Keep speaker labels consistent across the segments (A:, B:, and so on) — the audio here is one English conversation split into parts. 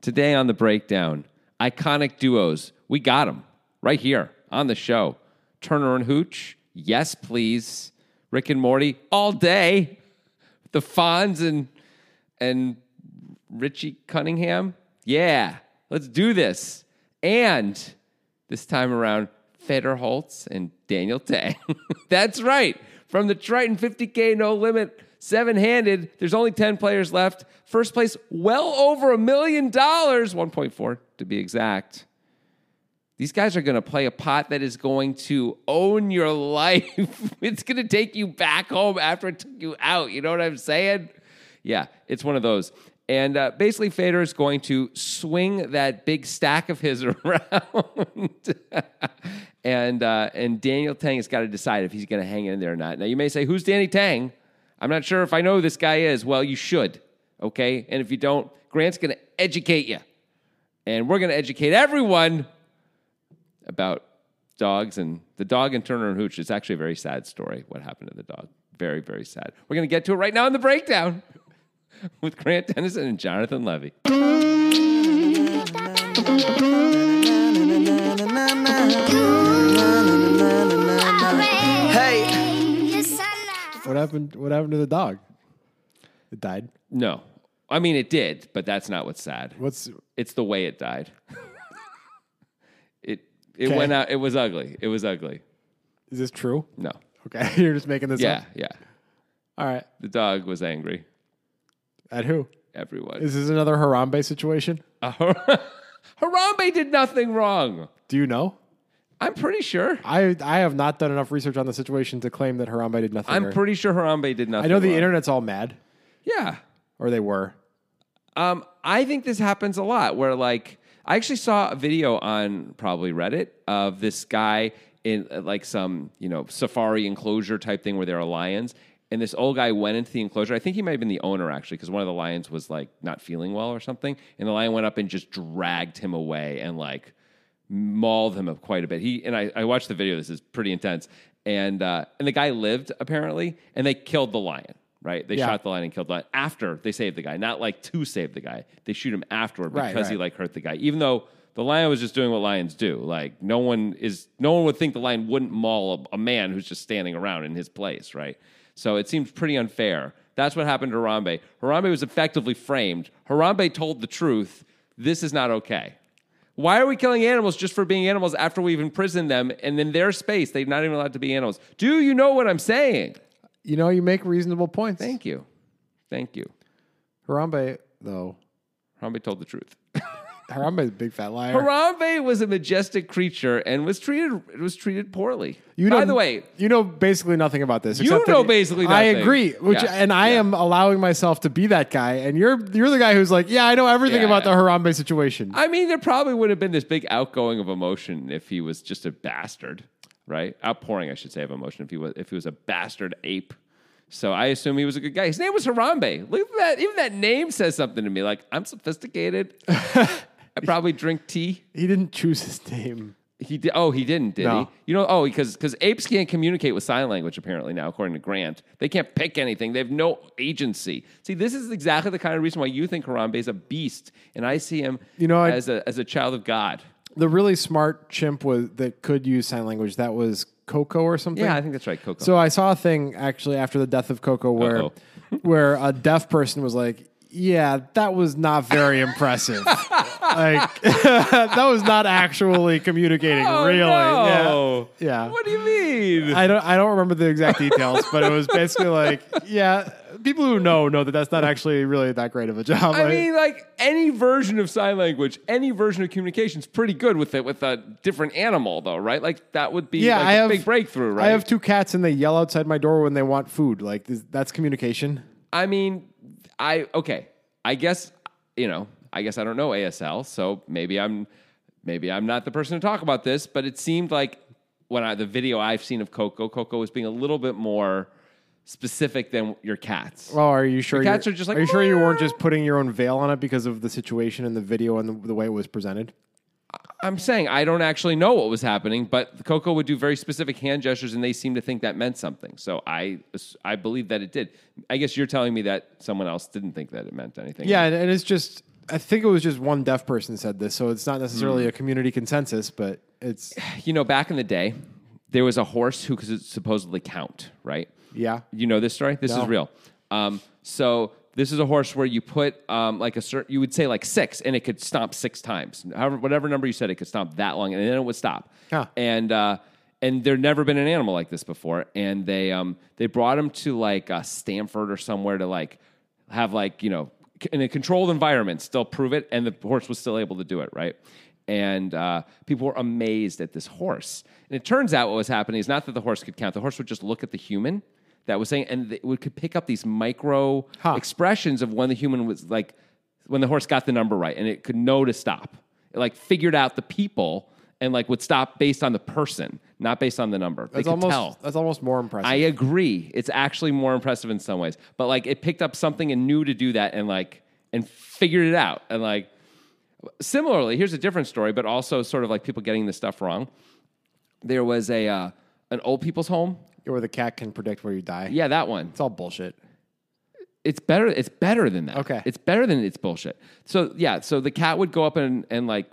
A: Today on the breakdown, iconic duos. We got them right here on the show. Turner and Hooch, yes, please. Rick and Morty all day. The Fonz and and Richie Cunningham. Yeah, let's do this. And this time around, Feder Holtz and Daniel Tang. That's right. From the Triton 50K No Limit, seven handed. There's only 10 players left. First place, well over a million dollars, 1.4 to be exact. These guys are going to play a pot that is going to own your life. it's going to take you back home after it took you out. You know what I'm saying? Yeah, it's one of those. And uh, basically, Fader is going to swing that big stack of his around. and, uh, and Daniel Tang has got to decide if he's going to hang in there or not. Now, you may say, Who's Danny Tang? I'm not sure if I know who this guy is. Well, you should, okay? And if you don't, Grant's going to educate you. And we're going to educate everyone about dogs and the dog and Turner and Hooch. It's actually a very sad story what happened to the dog. Very, very sad. We're going to get to it right now in the breakdown with Grant Dennison and Jonathan Levy.
B: Hey.
C: What happened? What happened to the dog? It died.
A: No, I mean, it did, but that's not what's sad.
C: What's
A: It's the way it died. it it
C: Okay.
A: went out, it was ugly. It was ugly.
C: is this true?
A: No.
C: Okay, you're just making this
A: Yeah,
C: up.
A: yeah.
C: All right.
A: The dog was angry.
C: At who?
A: Everyone.
C: Is this another Harambe situation?
A: Harambe did nothing wrong.
C: Do you know?
A: I'm pretty sure.
C: I I have not done enough research on the situation to claim that Harambe did nothing.
A: I'm
C: or-
A: pretty sure Harambe did nothing.
C: I know the
A: wrong.
C: internet's all mad,
A: Yeah.
C: or they were.
A: Um, I think this happens a lot where like I actually saw a video on probably Reddit of this guy in uh, like some, you know, safari enclosure type thing where there are lions. And this old guy went into the enclosure. I think he might have been the owner actually, because one of the lions was like not feeling well or something. And the lion went up and just dragged him away and like mauled him up quite a bit. He and I, I watched the video. This is pretty intense. And uh, and the guy lived apparently, and they killed the lion. Right? They
C: Yeah.
A: shot the lion and killed the lion after they saved the guy, not like to save the guy. They shoot him afterward because
C: Right,
A: he
C: right.
A: like hurt the guy, even though. The lion was just doing what lions do. Like no one is, no one would think the lion wouldn't maul a, a man who's just standing around in his place, right? So it seems pretty unfair. That's what happened to Harambe. Harambe was effectively framed. Harambe told the truth. This is not okay. Why are we killing animals just for being animals after we've imprisoned them and in their space they're not even allowed to be animals? Do you know what I'm saying?
C: You know, you make reasonable points.
A: Thank you. Thank you.
C: Harambe though.
A: Harambe told the truth.
C: Harambe's a big fat liar.
A: Harambe was a majestic creature and was treated was treated poorly.
C: You
A: By
C: know-
A: the way,
C: you know basically nothing about this.
A: You
C: except that
A: know basically
C: I
A: nothing.
C: agree, which
A: Yeah.
C: and I
A: Yeah.
C: am allowing myself to be that guy, and you're you're the guy who's like, yeah, I know everything
A: Yeah,
C: about
A: yeah.
C: the Harambe situation.
A: I mean, there probably would have been this big outgoing of emotion if he was just a bastard, right? Outpouring, I should say, of emotion if he was if he was a bastard ape. So I assume he was a good guy. His name was Harambe. Look at that. Even that name says something to me. Like I'm sophisticated. I probably drink tea.
C: he didn't choose his name.
A: He did. Oh, he didn't, did
C: No.
A: he? You know, oh, because because apes can't communicate with sign language apparently now, according to Grant. They can't pick anything. They have no agency. See, this is exactly the kind of reason why you think Harambe is a beast, and I see him,
C: You know, I-
A: as a as a child of God.
C: the really smart chimp was that could use sign language. That was Coco or something.
A: Yeah, I think that's right, Coco.
C: So I saw a thing actually after the death of Coco where
A: Uh-oh.
C: where a deaf person was like, "Yeah, that was not very impressive. like that was not actually communicating really.
A: no.
C: Yeah. Yeah.
A: Oh, What do you mean?
C: I don't I don't remember the exact details, but it was basically like, yeah, people who know know that that's not actually really that great of a job.
A: I mean, like any version of sign language, any version of communication is pretty good with it with a different animal, though, right? Like that would be
C: yeah,
A: like
C: I
A: a
C: have
A: big breakthrough, right?
C: I have two cats and they yell outside my door when they want food. Like is- that's communication.
A: I mean, I okay. I guess you know. I guess I don't know ASL, so maybe I'm maybe I'm not the person to talk about this. But it seemed like when I, the video I've seen of Coco, Coco was being a little bit more specific than your cats.
C: Well, are you sure?
A: cats
C: you're-
A: are just like,
C: Are you sure you weren't
A: "Meow."
C: just putting your own veil on it because of the situation and the video and the, the way it was presented?
A: I'm saying I don't actually know what was happening, but Coco would do very specific hand gestures, and they seemed to think that meant something. So I, I believe that it did. I guess you're telling me that someone else didn't think that it meant anything.
C: Yeah, and, and it's just I think it was just one deaf person said this, so it's not necessarily a community consensus, but it's
A: You know, back in the day, there was a horse who could supposedly count, right?
C: yeah.
A: You know this story? This
C: No.
A: is real. Um, so this is a horse where you put um, like a certain, you would say like six, and it could stomp six times. However, whatever number you said, it could stomp that long, and then it would stop.
C: Huh.
A: And uh, and there'd never been an animal like this before. And they um, they brought him to like uh, Stanford or somewhere to like have like you know c- in a controlled environment, still prove it, and the horse was still able to do it, right? And uh, people were amazed at this horse. And it turns out what was happening is not that the horse could count; the horse would just look at the human that was saying, and it would, could pick up these micro
C: Huh.
A: expressions of when the human was like, when the horse got the number right, and it could know to stop. It like figured out the people and like would stop based on the person, not based on the number. They
C: That's
A: could
C: almost
A: tell.
C: that's almost more impressive.
A: I agree. It's actually more impressive in some ways, but like it picked up something and knew to do that and like and figured it out and like. Similarly, here's a different story, but also sort of like people getting this stuff wrong. There was a uh, an old people's home.
C: Where the cat can predict where you die.
A: Yeah, that one.
C: It's all bullshit.
A: it's better it's better than that
C: Okay.
A: it's better than it's bullshit so yeah so the cat would go up and and like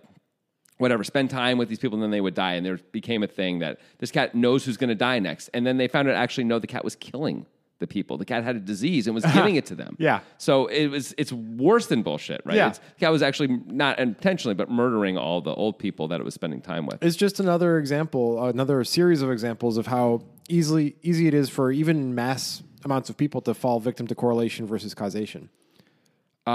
A: whatever spend time with these people and then they would die and there became a thing that this cat knows who's going to die next and then they found out actually no the cat was killing the people the cat had a disease and was giving it to them
C: Uh-huh. Yeah.
A: so it was it's worse than bullshit right
C: Yeah.
A: It's- the cat was actually not intentionally but murdering all the old people that it was spending time with
C: It's just another example, another series of examples of how easily easy it is for even mass amounts of people to fall victim to correlation versus causation.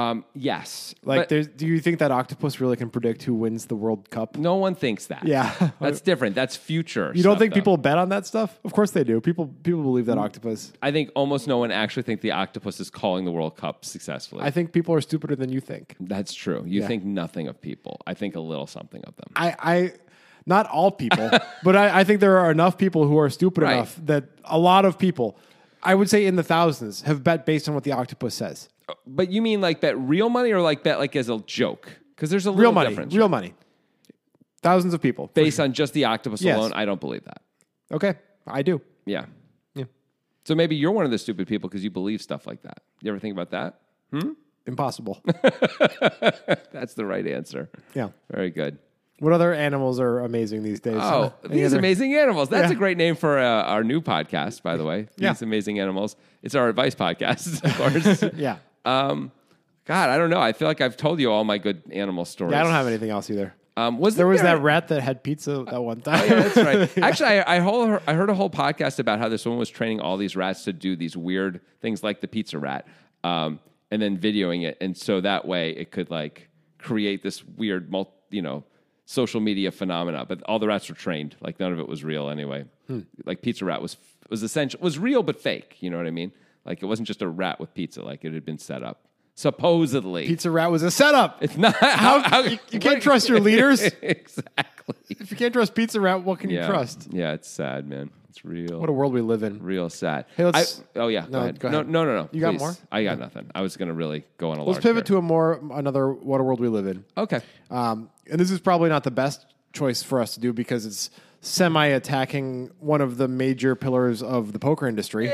A: um, yes
C: Like,
A: But-
C: there's, do you think that octopus really can predict who wins the World Cup?
A: no one thinks that.
C: Yeah.
A: That's different. That's future.
C: You don't think people bet on that stuff? Of course they do. People people believe that octopus.
A: I think almost no one actually think the octopus is calling the World Cup successfully.
C: I think people are stupider than you think.
A: That's true. You think nothing of people. I think a little something of them.
C: I, I not all people, but I, I think there are enough people who are stupid
A: Right.
C: enough that a lot of people, I would say in the thousands, have bet based on what the octopus says.
A: But you mean like bet real money or like bet like as a joke? Because there's a
C: Real
A: little
C: money.
A: difference.
C: Real money. Thousands of people.
A: Based on just the octopus
C: Yes.
A: alone, I don't believe that.
C: Okay. I do.
A: Yeah.
C: Yeah.
A: So maybe you're one of the stupid people because you believe stuff like that. You ever think about that?
C: Impossible.
A: That's the right answer.
C: yeah.
A: Very good.
C: What other animals are amazing these days?
A: Oh,
C: Any
A: these
C: other-
A: amazing animals. That's
C: Yeah.
A: a great name for uh, our new podcast, by the way. These
C: Yeah.
A: amazing animals. It's our advice podcast, of course.
C: Yeah.
A: Um, God, I don't know. I feel like I've told you all my good animal stories.
C: Yeah, I don't have anything else either.
A: Um, was
C: There was that rat that had pizza that one time.
A: Yeah, that's right. Actually, I, I, whole, I heard a whole podcast about how this woman was training all these rats to do these weird things like the pizza rat, um, and then videoing it, and so that way it could like create this weird, mul- you know, social media phenomena. But all the rats were trained; like none of it was real anyway.
C: Hmm.
A: Like pizza rat was was essential was real but fake. You know what I mean? Like it wasn't just a rat with pizza; like it had been set up supposedly.
C: pizza rat was a setup.
A: It's not how, how
C: you, you can't trust your leaders.
A: exactly.
C: If you can't trust Pizza Rat, what can
A: Yeah.
C: you trust?
A: Yeah, it's sad, man. It's real.
C: What a world we live in.
A: real sad.
C: Hey, let's-
A: I- oh yeah.
C: No,
A: go ahead.
C: go
A: No,
C: ahead.
A: no, no, no.
C: You got
A: please.
C: more?
A: I got nothing. I was gonna really go on a.
C: Let's pivot to a more another what a world we live in.
A: Okay.
C: Um, and this is probably not the best choice for us to do because it's semi attacking one of the major pillars of the poker industry.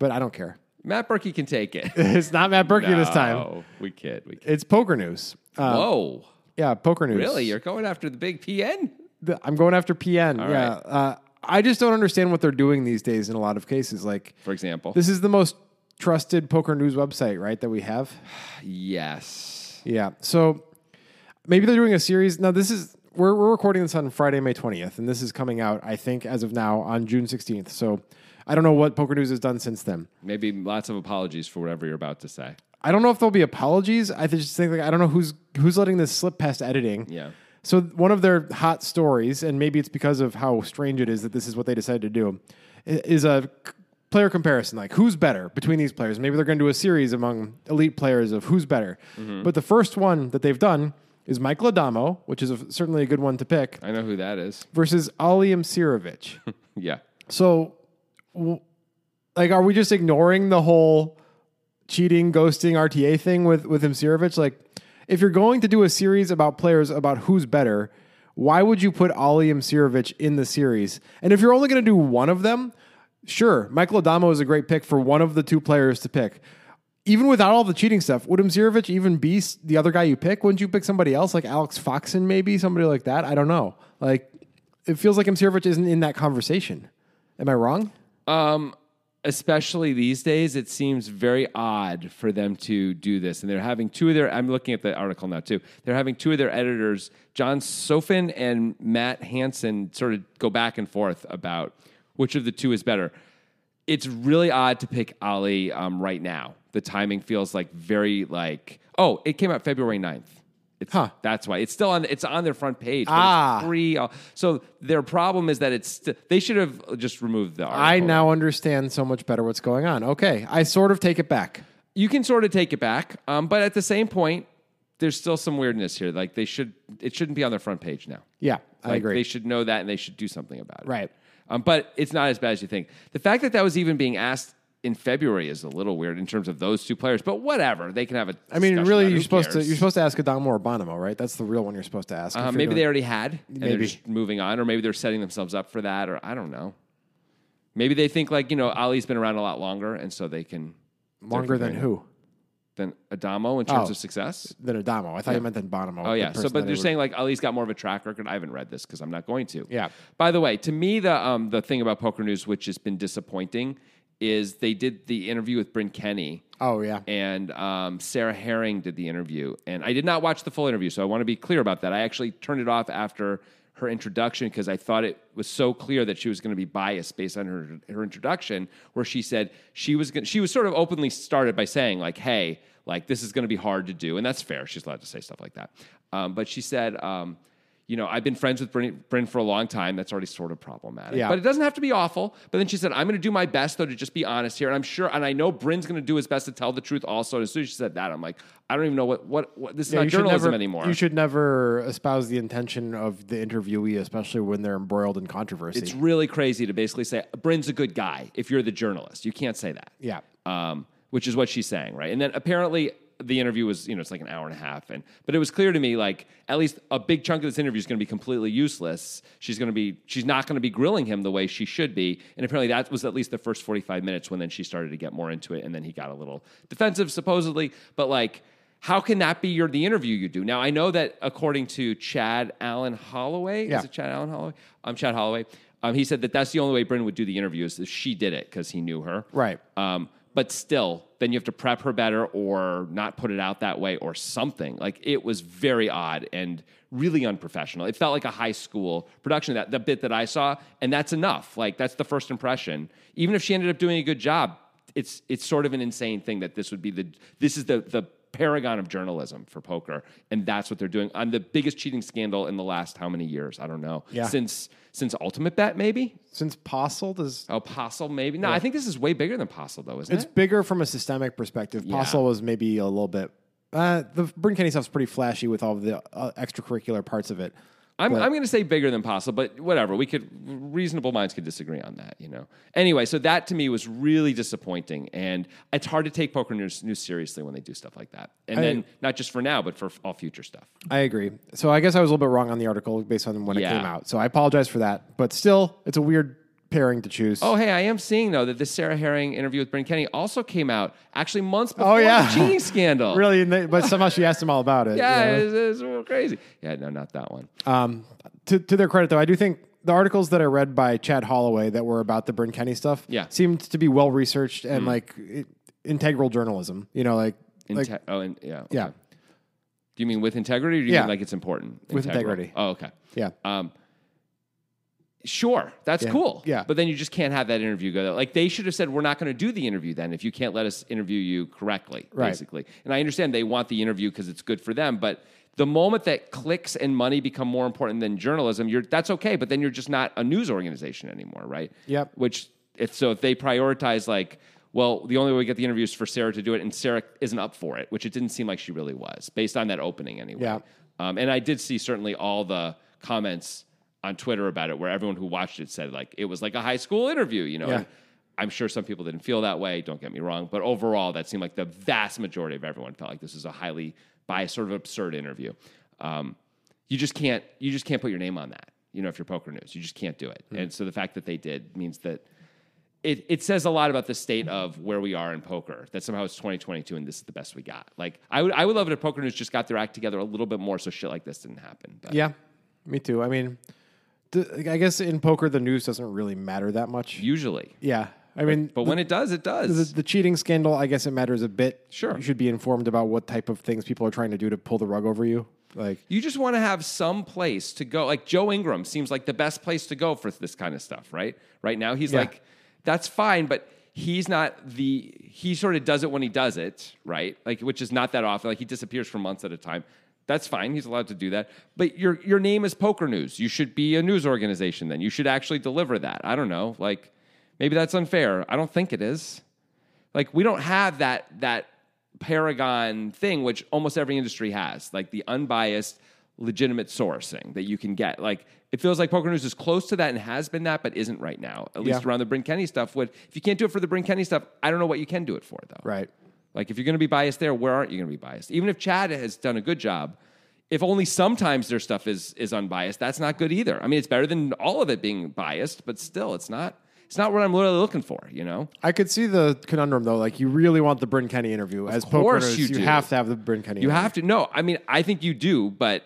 C: But I don't care.
A: Eh, Matt Berkey can take it.
C: It's not Matt Berkey this time.
A: No, we kid. We kid.
C: It's poker news. Uh,
A: Whoa,
C: yeah, poker news.
A: really? You're going after the big PN?
C: The- I'm going after PN. yeah.
A: right.
C: Uh, I just don't understand what they're doing these days in a lot of cases. Like,
A: For example.
C: this is the most trusted poker news website, right? That we have.
A: yes.
C: Yeah. So maybe they're doing a series. Now this is we're we're recording this on Friday, May 20th, and this is coming out, I think, as of now, on June 16th. So I don't know what poker news has done since then.
A: Maybe lots of apologies for whatever you're about to say.
C: I don't know if there'll be apologies. I just think like I don't know who's who's letting this slip past editing.
A: Yeah.
C: So one of their hot stories, and maybe it's because of how strange it is that this is what they decided to do, i- is a c- player comparison, like who's better between these players. Maybe they're going to do a series among elite players of who's better. But the first one that they've done is Michael Adamo, which is a, certainly a good one to pick,
A: I know who that is.
C: versus Ali Msirovic.
A: Yeah.
C: So, w- like, are we just ignoring the whole cheating, ghosting, RTA thing with with Imsirovich? Like, if you're going to do a series about players about who's better, why would you put Ali Imsirovich in the series? And if you're only going to do one of them, sure, Michael Adamo is a great pick for one of the two players to pick. even without all the cheating stuff, would Mzirovic even be s- the other guy you pick? Wouldn't you pick somebody else, like Alex Foxen, maybe somebody like that? I don't know. Like, it feels like Mzirovic isn't in that conversation. Am I wrong?
A: especially these days, it seems very odd for them to do this. And they're having two of their, I'm looking at the article now too. They're having two of their editors, John Sofin and Matt Hansen, sort of go back and forth about which of the two is better. It's really odd to pick Ali um, right now. The timing feels like very like, oh, it came out February 9th. It's,
C: Huh.
A: That's why it's still on. It's on their front page. but it's
C: Ah.
A: free. So their problem is that it's. St- they should have just removed the.
C: I
A: article.
C: now understand so much better what's going on. Okay, I sort of take it back.
A: you can sort of take it back, um, but at the same point, there's still some weirdness here. Like they should, it shouldn't be on their front page now.
C: Yeah, I
A: Like,
C: agree.
A: They should know that and they should do something about it.
C: Right.
A: Um, but it's not as bad as you think. The fact that that was even being asked in February is a little weird in terms of those two players. But whatever, they can have a.
C: I mean,
A: discussion
C: really,
A: about it.
C: you're
A: Who
C: supposed to
A: cares?
C: you're supposed to ask Adamo or Bonomo, right? That's the real one you're supposed to ask.
A: Uh, maybe they already had, and they're
C: Maybe.
A: just moving on, or maybe they're setting themselves up for that, or I don't know. Maybe they think like you know Ali's been around a lot longer, and so they can
C: longer than who?
A: than Adamo in terms
C: Oh.
A: of success.
C: Than Adamo. I thought you meant than Bonomo.
A: Oh
C: the
A: yeah. So,
C: person
A: but
C: that
A: they're
C: I would-
A: saying like Ali's got more of a track record. I haven't read this because I'm not going to.
C: Yeah.
A: By the way, to me the um, the thing about Poker News which has been disappointing is they did the interview with Bryn Kenny
C: Oh yeah.
A: and um, Sarah Herring did the interview, and I did not watch the full interview, so I want to be clear about that. I actually turned it off after her introduction because I thought it was so clear that she was going to be biased based on her her introduction, where she said she was gonna, she was sort of openly started by saying like, "Hey, like this is going to be hard to do," and that's fair. She's allowed to say stuff like that, um, but she said. Um, you know, I've been friends with Bryn, Bryn for a long time. That's already sort of problematic.
C: Yeah.
A: But it doesn't have to be awful. But then she said, I'm going to do my best, though, to just be honest here. And I'm sure, and I know Bryn's going to do his best to tell the truth also. And as soon as she said that, I'm like, I don't even know what, what, what this is
C: Yeah,
A: not
C: you should
A: journalism
C: never-
A: anymore.
C: You should never espouse the intention of the interviewee, especially when they're embroiled in controversy.
A: it's really crazy to basically say, Bryn's a good guy if you're the journalist. You can't say that.
C: yeah.
A: um, which is what she's saying, right? And then apparently the interview was, you know, it's like an hour and a half, and but it was clear to me like at least a big chunk of this interview is going to be completely useless. She's going to be, she's not going to be grilling him the way she should be, and apparently that was at least the first forty five minutes when then she started to get more into it, and then he got a little defensive supposedly, but like. How can that be your the interview you do? Now I know that according to Chad Allen Holloway,
C: Yeah.
A: is it Chad Allen Holloway? Um, Chad Holloway. Um, he said that that's the only way Bryn would do the interview is if she did it because he knew her.
C: Right.
A: Um, but still, then you have to prep her better or not put it out that way or something. Like it was very odd and really unprofessional. It felt like a high school production, that the bit that I saw, and that's enough. Like that's the first impression. Even if she ended up doing a good job, it's it's sort of an insane thing that this would be the this is the the paragon of journalism for poker, and that's what they're doing on the biggest cheating scandal in the last how many years? I don't know.
C: Yeah.
A: Since since Ultimate Bet, maybe?
C: Since Postle does
A: Oh, Postle, maybe. No, I think this is way bigger than Postle, though, isn't
C: It's
A: it?
C: bigger from a systemic perspective. Postle was maybe a little bit. Uh, the Bryn Kenny stuff's pretty flashy with all the uh, extracurricular parts of it.
A: I'm, I'm going to say bigger than possible, but whatever. We could reasonable minds could disagree on that, you know. Anyway, so that to me was really disappointing, and it's hard to take poker news, news seriously when they do stuff like that, and then not just for now, but for all future stuff.
C: I agree. So I guess I was a little bit wrong on the article based on when
A: Yeah.
C: it came out. So I apologize for that. But still, it's a weird pairing to choose.
A: Oh, hey, I am seeing though that this Sarah Herring interview with Bryn Kenny also came out actually months before
C: yeah.
A: the cheating scandal.
C: really? And they- But somehow she asked him all about it.
A: Yeah, Uh,
C: you know?
A: it's, it's real crazy. Yeah, no, not that one.
C: Um, to, to their credit, though, I do think the articles that I read by Chad Holloway that were about the Bryn Kenny stuff
A: Yeah. Mm.
C: seemed to be well researched and like it, integral journalism. You know, like, like
A: Inte- oh, and, yeah, okay.
C: yeah,
A: Do you mean with integrity, or do you
C: Yeah.
A: mean like it's important?
C: With
A: Integral.
C: integrity.
A: Oh, okay.
C: yeah.
A: Um, sure, that's cool.
C: Yeah.
A: But then you just can't have that interview go. Like they should have said, we're not going to do the interview then if you can't let us interview you correctly,
C: Right.
A: basically. And I understand they want the interview because it's good for them, but the moment that clicks and money become more important than journalism, you're that's okay. But then you're just not a news organization anymore, right?
C: Yep.
A: Which if so, if they prioritize like. Well, the only way we get the interview is for Sarah to do it, and Sarah isn't up for it, which it didn't seem like she really was, based on that opening anyway.
C: Yeah.
A: Um, and I did see certainly all the comments on Twitter about it, where everyone who watched it said like it was like a high school interview. You know,
C: Yeah.
A: And I'm sure some people didn't feel that way. Don't get me wrong, but overall, that seemed like the vast majority of everyone felt like this is a highly biased, sort of absurd interview. Um, you just can't you just Hmm. can't put your name on that. You know, if you're poker news, you just can't do it. And so the fact that they did means that it, it says a lot about the state of where we are in poker that somehow it's 2022 and this is the best we got. Like I would I would love it if Poker News just got their act together a little bit more so shit like this didn't happen. But
C: Yeah, me too. I mean, th- I guess in poker the news doesn't really matter that much.
A: usually.
C: yeah, I mean,
A: But when it does, it does.
C: the, the cheating scandal, I guess it matters a bit.
A: Sure.
C: you should be informed about what type of things people are trying to do to pull the rug over you. Like,
A: you just want to have some place to go. Like Joe Ingram seems like the best place to go for this kind of stuff, right? Right now, he's
C: Yeah.
A: like, that's fine, but he's not the, he sort of does it when he does it, right? Like, which is not that often. Like, he disappears for months at a time. That's fine. He's allowed to do that. But your, your name is Poker News. You should be a news organization then. You should actually deliver that. I don't know. Like, maybe that's unfair. I don't think it is like we don't have that that paragon thing which almost every industry has like the unbiased legitimate sourcing that you can get like it feels like poker news is close to that and has been that but isn't right now at least
C: Yeah.
A: around the Bryn Kenny stuff What if you can't do it for the Bryn Kenny stuff I don't know what you can do it for though
C: right?
A: like if you're going to be biased there where aren't you going to be biased even if Chad has done a good job if only sometimes their stuff is is unbiased that's not good either I mean it's better than all of it being biased but still it's not it's not what I'm really looking for you know
C: I could see the conundrum though. Like, you really want the Bryn Kenny interview as poker
A: course
C: news,
A: you
C: you,
A: do.
C: have to have the Bryn Kenny.
A: You have to. No, I mean, I think you do, but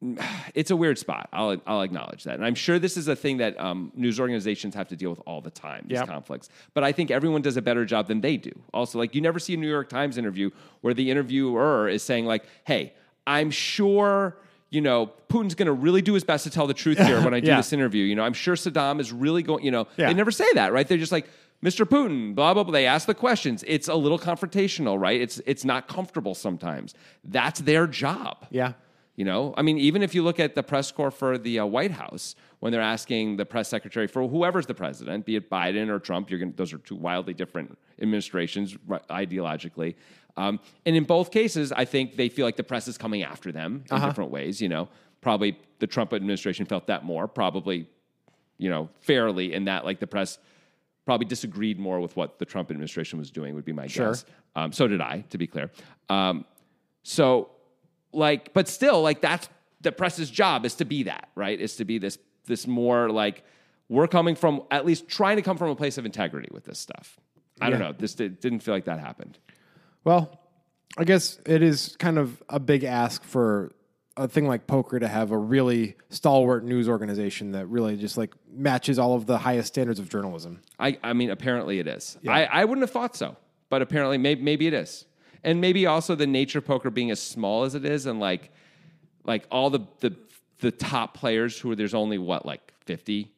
A: it's a weird spot. I'll I'll acknowledge that, and I'm sure this is a thing that um, news organizations have to deal with all the time. These
C: Yep.
A: conflicts, but I think everyone does a better job than they do. Also, like you never see a New York Times interview where the interviewer is saying like, "Hey, I'm sure." You know, Putin's going to really do his best to tell the truth here when I do
C: Yeah.
A: this interview. You know, I'm sure Saddam is really going. You know,
C: Yeah.
A: they never say that, right? They're just like, Mr. Putin, blah blah blah. They ask the questions. It's a little confrontational, right? It's it's not comfortable sometimes. That's their job.
C: Yeah.
A: You know, I mean, even if you look at the press corps for the uh, White House, when they're asking the press secretary for whoever's the president, be it Biden or Trump, you're gonna, those are two wildly different administrations ri- ideologically. Um, and in both cases, I think they feel like the press is coming after them in different ways. You know, probably the Trump administration felt that more, probably, you know, fairly in that like the press probably disagreed more with what the Trump administration was doing, would be my
C: Sure.
A: guess. Um, so did I, to be clear. Um, so, like, but still, like that's the press's job is to be that, right? Is to be this this more like we're coming from at least trying to come from a place of integrity with this stuff. I don't
C: Yeah.
A: know. This did, didn't feel like that happened.
C: Well, I guess it is kind of a big ask for a thing like poker to have a really stalwart news organization that really just like matches all of the highest standards of journalism.
A: I, I mean, apparently it is. I, I wouldn't have thought so, but apparently, maybe, maybe it is. And maybe also the nature of poker being as small as it is, and like, like all the the the top players who are there's only what like 50,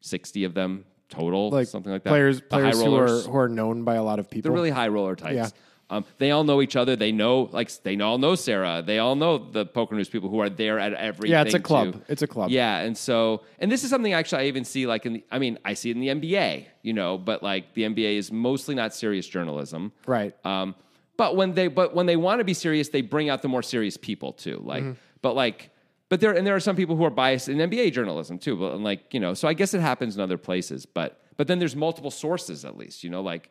A: 60 of them total,
C: Like
A: something like that.
C: Players,
A: The high
C: players who are
A: rollers.
C: who are known by a lot of people.
A: They're really high roller types.
C: Yeah.
A: Um, they all know each other. They know like they all know Sarah. They all know the poker news people who are there at every.
C: Yeah, it's a club. It's a club.
A: Yeah, and so and this is something actually I even see like in the I mean I see it in the NBA, you know, but like the NBA is mostly not serious journalism,
C: Right.
A: Um, but when they but when they want to be serious, they bring out the more serious people too. Like,
C: Mm-hmm.
A: but like, but there and there are some people who are biased in NBA journalism too. But and like you know, so I guess it happens in other places. But but then there's multiple sources at least. You know, like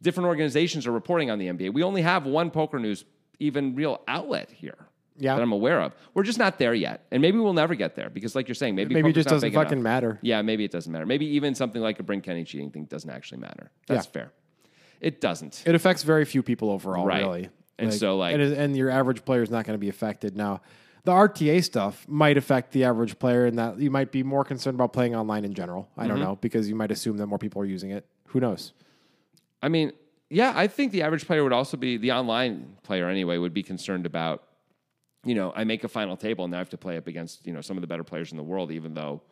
A: different organizations are reporting on the NBA. We only have one poker news even real outlet here.
C: Yeah.
A: that I'm aware of. We're just not there yet, and maybe we'll never get there because, like you're saying, maybe
C: Maybe it
A: poker's
C: just
A: not
C: doesn't
A: big enough.
C: fucking matter.
A: Yeah, maybe it doesn't matter. Maybe even something like a Bryn Kenny cheating thing doesn't actually matter. That's
C: Yeah.
A: fair. It doesn't.
C: It affects very few people overall,
A: Right.
C: really.
A: And so, like-
C: and, and your average player is not going to be affected. Now, the RTA stuff might affect the average player, in that you might be more concerned about playing online in general. I
A: Mm-hmm.
C: don't know because you might assume that more people are using it. Who knows?
A: I mean, yeah, I think the average player would also be the online player anyway would be concerned about, you know, I make a final table and now I have to play up against you know some of the better players in the world, even though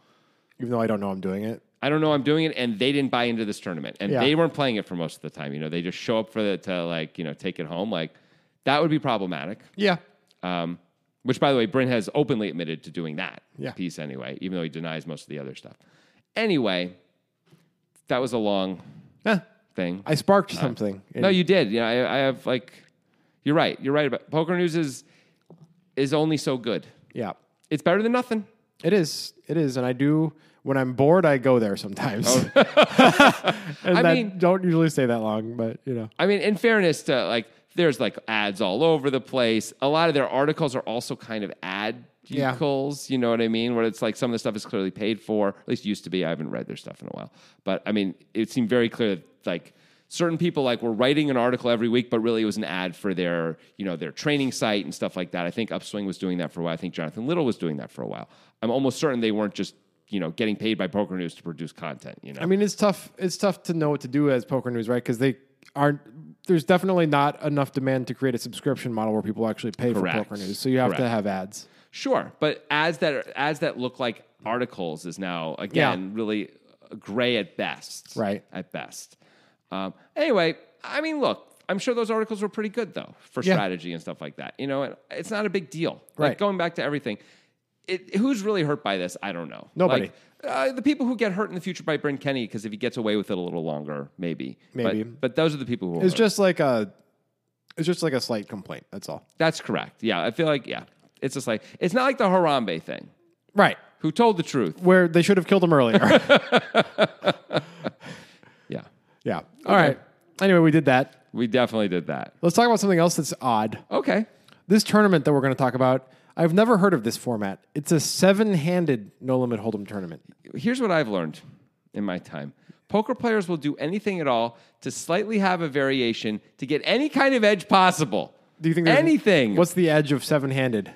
C: Even though I don't know I'm doing it.
A: I don't know I'm doing it and they didn't buy into this tournament and
C: Yeah.
A: they weren't playing it for most of the time. You know, they just show up for the to like you know take it home. Like that would be problematic.
C: Yeah.
A: Um, which, by the way, Bryn has openly admitted to doing that
C: Yeah.
A: piece anyway, even though he denies most of the other stuff. Anyway, that was a long
C: Eh,
A: thing.
C: I sparked something.
A: Uh, No, you did. Yeah, I, I have like, you're right. You're right about poker news is is only so good.
C: yeah.
A: It's better than nothing.
C: It is. It is. And I do. When I'm bored, I go there sometimes. and
A: Oh. I
C: I
A: mean-
C: don't usually stay that long, but you know.
A: I mean, in fairness to like, there's like ads all over the place. A lot of their articles are also kind of ad
C: Yeah.
A: musicals. You know what I mean? Where it's like some of the stuff is clearly paid for. At least used to be. I haven't read their stuff in a while. But I mean, it seemed very clear that like certain people like were writing an article every week, but really it was an ad for their you know their training site and stuff like that. I think Upswing was doing that for a while. I think Jonathan Little was doing that for a while. I'm almost certain they weren't just you know getting paid by Poker News to produce content. You know.
C: I mean, it's tough. It's tough to know what to do as poker news, right? Because they aren't. There's definitely not enough demand to create a subscription model where people actually pay for
A: Correct.
C: poker news. So you have to
A: Correct.
C: have ads.
A: Sure, but as that as that look like articles is now again really gray at best.
C: Right.
A: at best. Um, anyway, I mean, look, I'm sure those articles were pretty good though for
C: Yeah.
A: strategy and stuff like that. You know, and it's not a big deal.
C: Right.
A: Like going back to everything, it, who's really hurt by this? I don't know.
C: Nobody.
A: Like, uh, the people who get hurt in the future by Bryn Kenny because if he gets away with it a little longer, maybe.
C: Maybe.
A: But, but those are the people who. Are
C: It's
A: hurt.
C: just like a. It's just like a slight complaint. That's all.
A: that's correct. Yeah, I feel like yeah, it's just like it's not like the Harambe thing.
C: Right.
A: Who told the truth?
C: Where they should have killed him earlier.
A: Yeah.
C: yeah. All right. Anyway, we did that.
A: We definitely did that.
C: Let's talk about something else that's odd.
A: Okay.
C: This tournament that we're going to talk about, I've never heard of this format. It's a seven-handed no limit hold'em tournament.
A: Here's what I've learned in my time poker players will do anything at all to slightly have a variation to get any kind of edge possible.
C: Do you think there's-
A: anything?
C: What's the edge of seven-handed?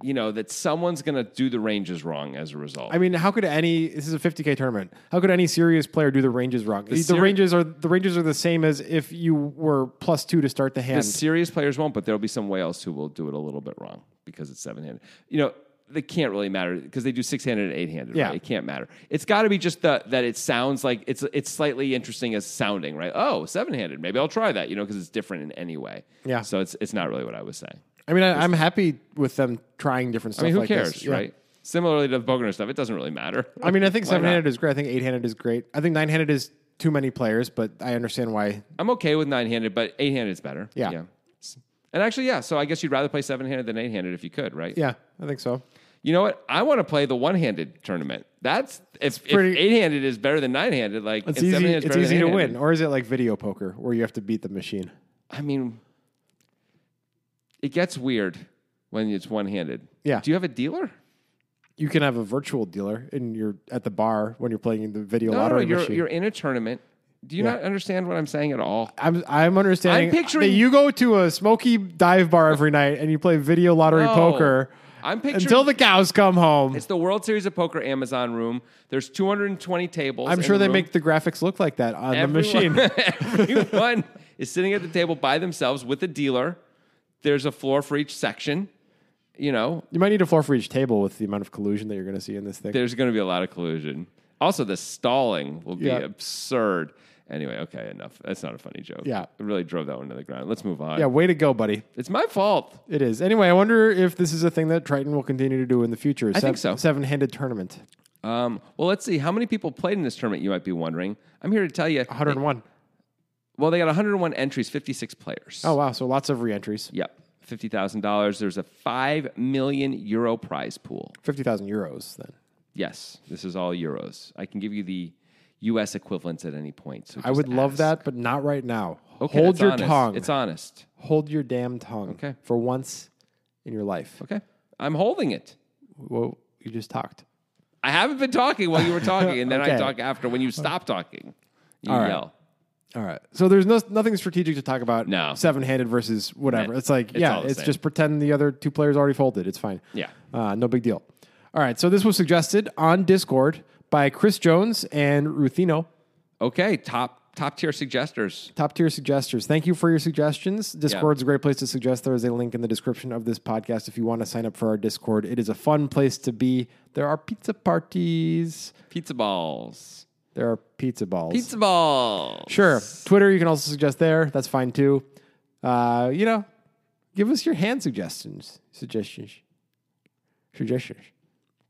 A: you know, that someone's going to do the ranges wrong as a result.
C: I mean, how could any? This is a 50k tournament. How could any serious player do the ranges wrong? The,
A: seri-
C: ranges are the ranges are the same as if you were plus two to start the hand.
A: the serious players won't, but there'll be some whales who will do it a little bit wrong because it's seven handed. You know, they can't really matter because they do six handed and eight handed.
C: Yeah.
A: Right? It can't matter. It's got to be just the, that it sounds like it's it's slightly interesting as sounding, right? Oh, seven handed. Maybe I'll try that, you know, because it's different in any way.
C: Yeah.
A: So it's it's not really what I was saying.
C: I mean, I, I'm happy with them trying different stuff.
A: I mean, who
C: like
A: cares,
C: this. Yeah.
A: right? Similarly to the Bogener stuff, it doesn't really matter.
C: I mean, I think
A: Why not?
C: seven handed is great. I think eight handed is great. I think nine handed is too many players, but I understand why.
A: I'm okay with nine handed, but eight handed is better.
C: Yeah.
A: And actually, yeah. So I guess you'd rather play seven handed than eight handed if you could, right?
C: Yeah, I think so.
A: You know what? I want to play the one handed tournament. That's if,
C: pretty-
A: if eight handed is better than nine handed, like
C: It's
A: and
C: easy.
A: seven-handed is
C: It's
A: better
C: easy
A: than
C: to
A: eight-handed.
C: win, or is it like video poker where you have to beat the machine?
A: I mean, it gets weird when it's one handed.
C: Yeah.
A: Do you have a dealer?
C: You can have a virtual dealer, and you're at the bar when you're playing the video
A: No, no,
C: lottery
A: you're
C: machine.
A: you're in a tournament. Do you not understand what I'm saying at all?
C: I'm I'm understanding.
A: I'm picturing-
C: that you go to a smoky dive bar every night and you play video lottery
A: No.
C: poker
A: I'm picturing
C: until the cows come home.
A: It's the World Series of Poker Amazon room. There's 220 tables.
C: I'm
A: in
C: sure
A: the
C: they
A: room.
C: make the graphics look like that on the
A: Everyone-
C: machine.
A: everyone is sitting at the table by themselves with a dealer. There's a floor for each section. You know,
C: You might need a floor for each table with the amount of collusion that you're going to see in this thing.
A: there's going to be a lot of collusion. Also, the stalling will be
C: Yeah.
A: absurd. Anyway, okay, enough. That's not a funny joke.
C: Yeah.
A: I really drove that one to the ground. Let's move on.
C: yeah, way to go, buddy.
A: It's my fault.
C: It is. Anyway, I wonder if this is a thing that Triton will continue to do in the future. I
A: think so.
C: Seven-handed tournament.
A: Um, well, let's see. How many people played in this tournament, you might be wondering? I'm here to tell you.
C: 101.
A: Well, they got 101 entries, 56 players.
C: Oh, wow. So lots of re-entries.
A: Yep. Fifty thousand dollars. There's a five million euro prize pool.
C: 50,000 euros then.
A: Yes, this is all euros. I can give you the U.S. equivalents at any point. So
C: I would
A: just
C: love
A: ask.
C: that, but not right now.
A: Okay,
C: Hold
A: it's
C: your
A: honest.
C: tongue.
A: It's honest.
C: Hold your damn tongue.
A: Okay.
C: For once in your life.
A: Okay, I'm holding it.
C: Whoa, you just talked.
A: I haven't been talking while you were talking, and then I
C: Okay.
A: talk after when you stop talking. You
C: All right.
A: yell.
C: All right. So there's no, nothing strategic to talk about.
A: No.
C: Seven handed versus whatever.
A: Nah,
C: It's like,
A: it's
C: yeah,
A: all the
C: it's
A: same.
C: just pretend the other two players already folded. It's fine.
A: Yeah.
C: Uh, no big deal. All right. So this was suggested on Discord by Chris Jones and Ruthino.
A: Okay, top top tier suggesters.
C: Top tier suggesters. Thank you for your suggestions. Discord's a great place to suggest. There is a link in the description of this podcast if you want to sign up for our Discord. It is a fun place to be. There are pizza parties.
A: Pizza balls.
C: There are pizza balls.
A: Pizza balls.
C: Sure. Twitter, you can also suggest there. That's fine too. Uh, you know, give us your hand suggestions. Suggestions. Suggestions.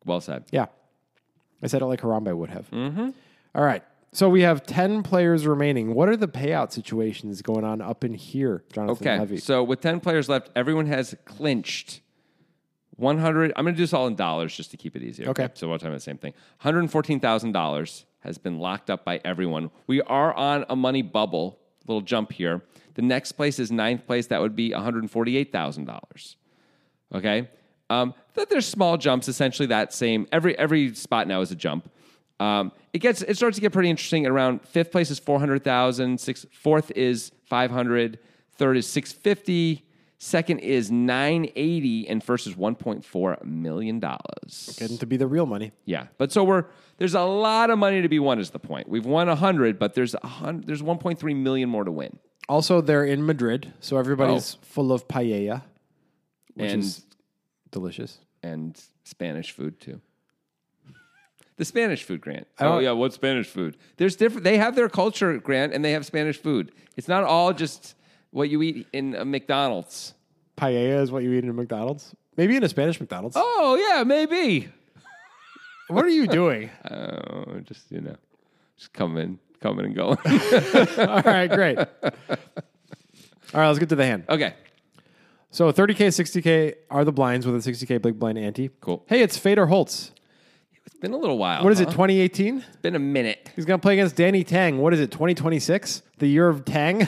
A: Well said.
C: Yeah. I said it like Harambe would have. Mm-hmm. right. So we have 10 players remaining. What are the payout situations going on up in here, Jonathan
A: Okay.
C: Levy?
A: So with 10 players left, everyone has clinched 100. I'm going to do this all in dollars just to keep it easier.
C: Okay.
A: So we're all talking about the same thing. $114,000 has been locked up by everyone. We are on a money bubble. Little jump here. The next place is ninth place. That would be $148,000. Okay. Um, that there's small jumps, essentially that same. Every every spot now is a jump. Um, it gets it starts to get pretty interesting around fifth place is 400,000, sixth fourth is 500, third is 650, second is 980 and first is 1.4 million dollars.
C: Getting to be the real money.
A: Yeah, but so we're there's a lot of money to be won. Is the point? We've won hundred, but there's a hundred, there's one point three million more to win.
C: Also, they're in Madrid, so everybody's full of paella, which
A: Oh. and
C: is delicious.
A: and Spanish food too. The Spanish food, Grant.
C: don't-
A: Oh yeah, what's Spanish food? There's different. They have their culture, Grant, and they have Spanish food. It's not all just what you eat in a McDonald's.
C: Paella is what you eat in a McDonald's. Maybe in a Spanish McDonald's.
A: Oh yeah, maybe.
C: What are you doing?
A: Oh, just you know, just coming, coming and going.
C: All right, great. All right, let's get to the hand.
A: okay,
C: So 30K, 60K are the blinds with a 60K big blind ante.
A: Cool. Uh-huh.
C: Hey, it's Fader Holtz.
A: it's been a little while.
C: What is it,
A: huh?
C: 2018?
A: It's been a minute.
C: He's going to play against Danny Tang. What is it, 2026? The year of Tang?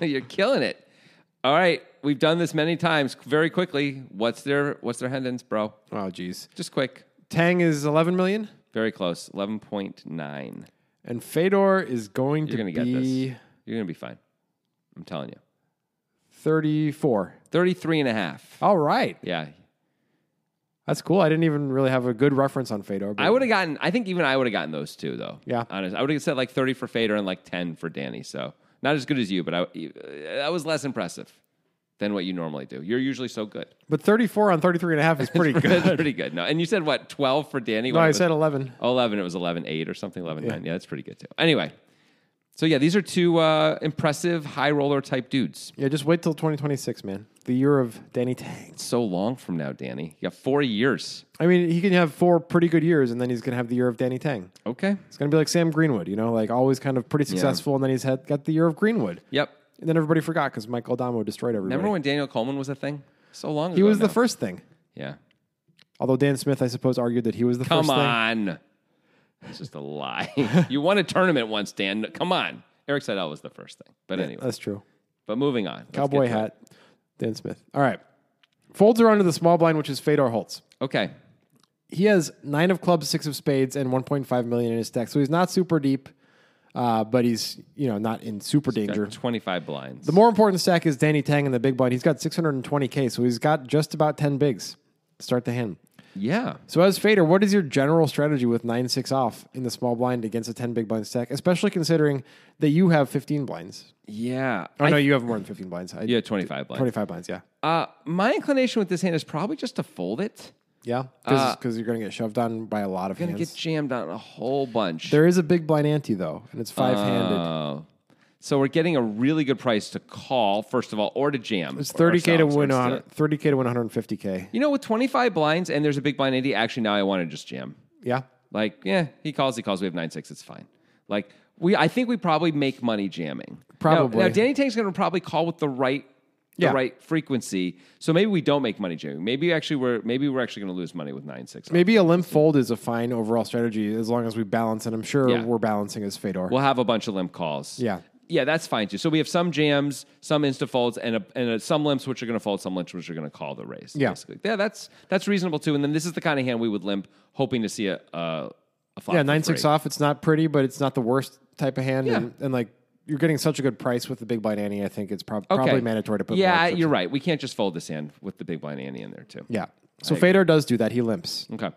A: You're killing it. All right, we've done this many times. Very quickly, what's their what's their Hendons, bro?
C: oh, geez.
A: Just quick.
C: Tang is 11 million,
A: Very close. Eleven point nine.
C: and Fedor is going
A: You're
C: to
A: gonna get
C: be
A: this. You're gonna be fine. I'm telling you.
C: 34.
A: 33 and a half.
C: All right.
A: Yeah.
C: That's cool. I didn't even really have a good reference on Fedor. But
A: I would have gotten I think even I would have gotten those two though.
C: Yeah.
A: Honest. I would have said like 30 for Fader and like 10 for Danny. So not as good as you, but I that was less impressive than what you normally do. You're usually so good.
C: But 34 on 33 and a half is pretty good.
A: That's pretty good. No. And you said what, 12 for Danny?
C: no, I said 11.
A: Oh, 11 it was 11 8 or something 11 9 yeah that's pretty good too anyway so yeah these are two uh, impressive high roller type dudes
C: Yeah, just wait till 2026, man. The year of Danny Tang.
A: so long from now danny you got four years
C: I mean, he can have four pretty good years, and then he's going to have the year of Danny Tang.
A: okay
C: It's going to be like Sam Greenwood, you know, like always kind of pretty successful, and then he's had, got the year of Greenwood.
A: yep
C: And then everybody forgot because Michael Damo destroyed everybody.
A: remember when daniel coleman was a thing so long ago
C: he was the
A: now.
C: first thing.
A: yeah
C: Although Dan Smith, I suppose, argued that he was the
A: come
C: first thing.
A: on it's just a lie you won a tournament once dan come on eric Seidel was the first thing but anyway
C: That's true.
A: but moving on Let's get
C: Cowboy
A: to it.
C: hat, Dan Smith. All right. Folds are onto the small blind, which is Fedor Holtz.
A: okay
C: He has nine of clubs, six of spades, and 1.5 million in his stack. So he's not super deep, uh, but he's, you know, not in super
A: got
C: danger.
A: 25 blinds
C: The more important stack is Danny Tang and the big blind. He's got 620K, so he's got just about 10 bigs. to Start the hand.
A: yeah
C: So as fader, what is your general strategy with nine six off in the small blind against a ten big blind stack, especially considering that you have fifteen blinds?
A: yeah
C: Oh
A: I-
C: no, you have more than fifteen blinds. I,
A: yeah 25 blinds
C: twenty five blinds. Yeah,
A: Uh, my inclination with this hand is probably just to fold it.
C: yeah, because you're going to get shoved on by a lot of
A: uh, Gonna
C: hands.
A: get jammed on a whole bunch.
C: there is a big blind ante though, and it's five handed.
A: Oh. so we're getting a really good price to call first of all, or to jam.
C: it's thirty k to
A: ourselves
C: win
A: instead.
C: on thirty k to win one hundred fifty k.
A: You know, with twenty five blinds and there's a big blind eighty. Actually, now I want to just jam.
C: Yeah,
A: Like, yeah, he calls, he calls. We have nine six. It's fine. Like, we, I think we probably make money jamming. Now-
C: Probably.
A: Now, Danny Tank's going to probably call with the right, the
C: Yeah.
A: right frequency. So maybe we don't make money jamming. Maybe actually we're, limp we're actually going to lose money with nine six.
C: maybe a limp fold is a fine overall strategy as long as we balance, and I'm sure
A: Yeah.
C: we're balancing as fader.
A: We'll have a bunch of limp calls.
C: Yeah.
A: Yeah, that's fine too. So we have some jams, some insta folds, and a, and a, some limps which are going to fold, some limps which are going to call the raise.
C: Yeah.
A: basically. yeah, that's that's reasonable too. And then this is the kind of hand we would limp, hoping to see a a, a flop.
C: yeah,
A: for
C: nine six
A: free.
C: off. It's not pretty, but it's not the worst type of hand.
A: Yeah.
C: And, and like you're getting such a good price with the big blind ante, I think it's prob-
A: Okay.
C: probably mandatory to put. more
A: Yeah,
C: options.
A: you're right. We can't just fold this hand with the big blind ante in there too.
C: yeah. So Fedor does do that. He limps.
A: Okay.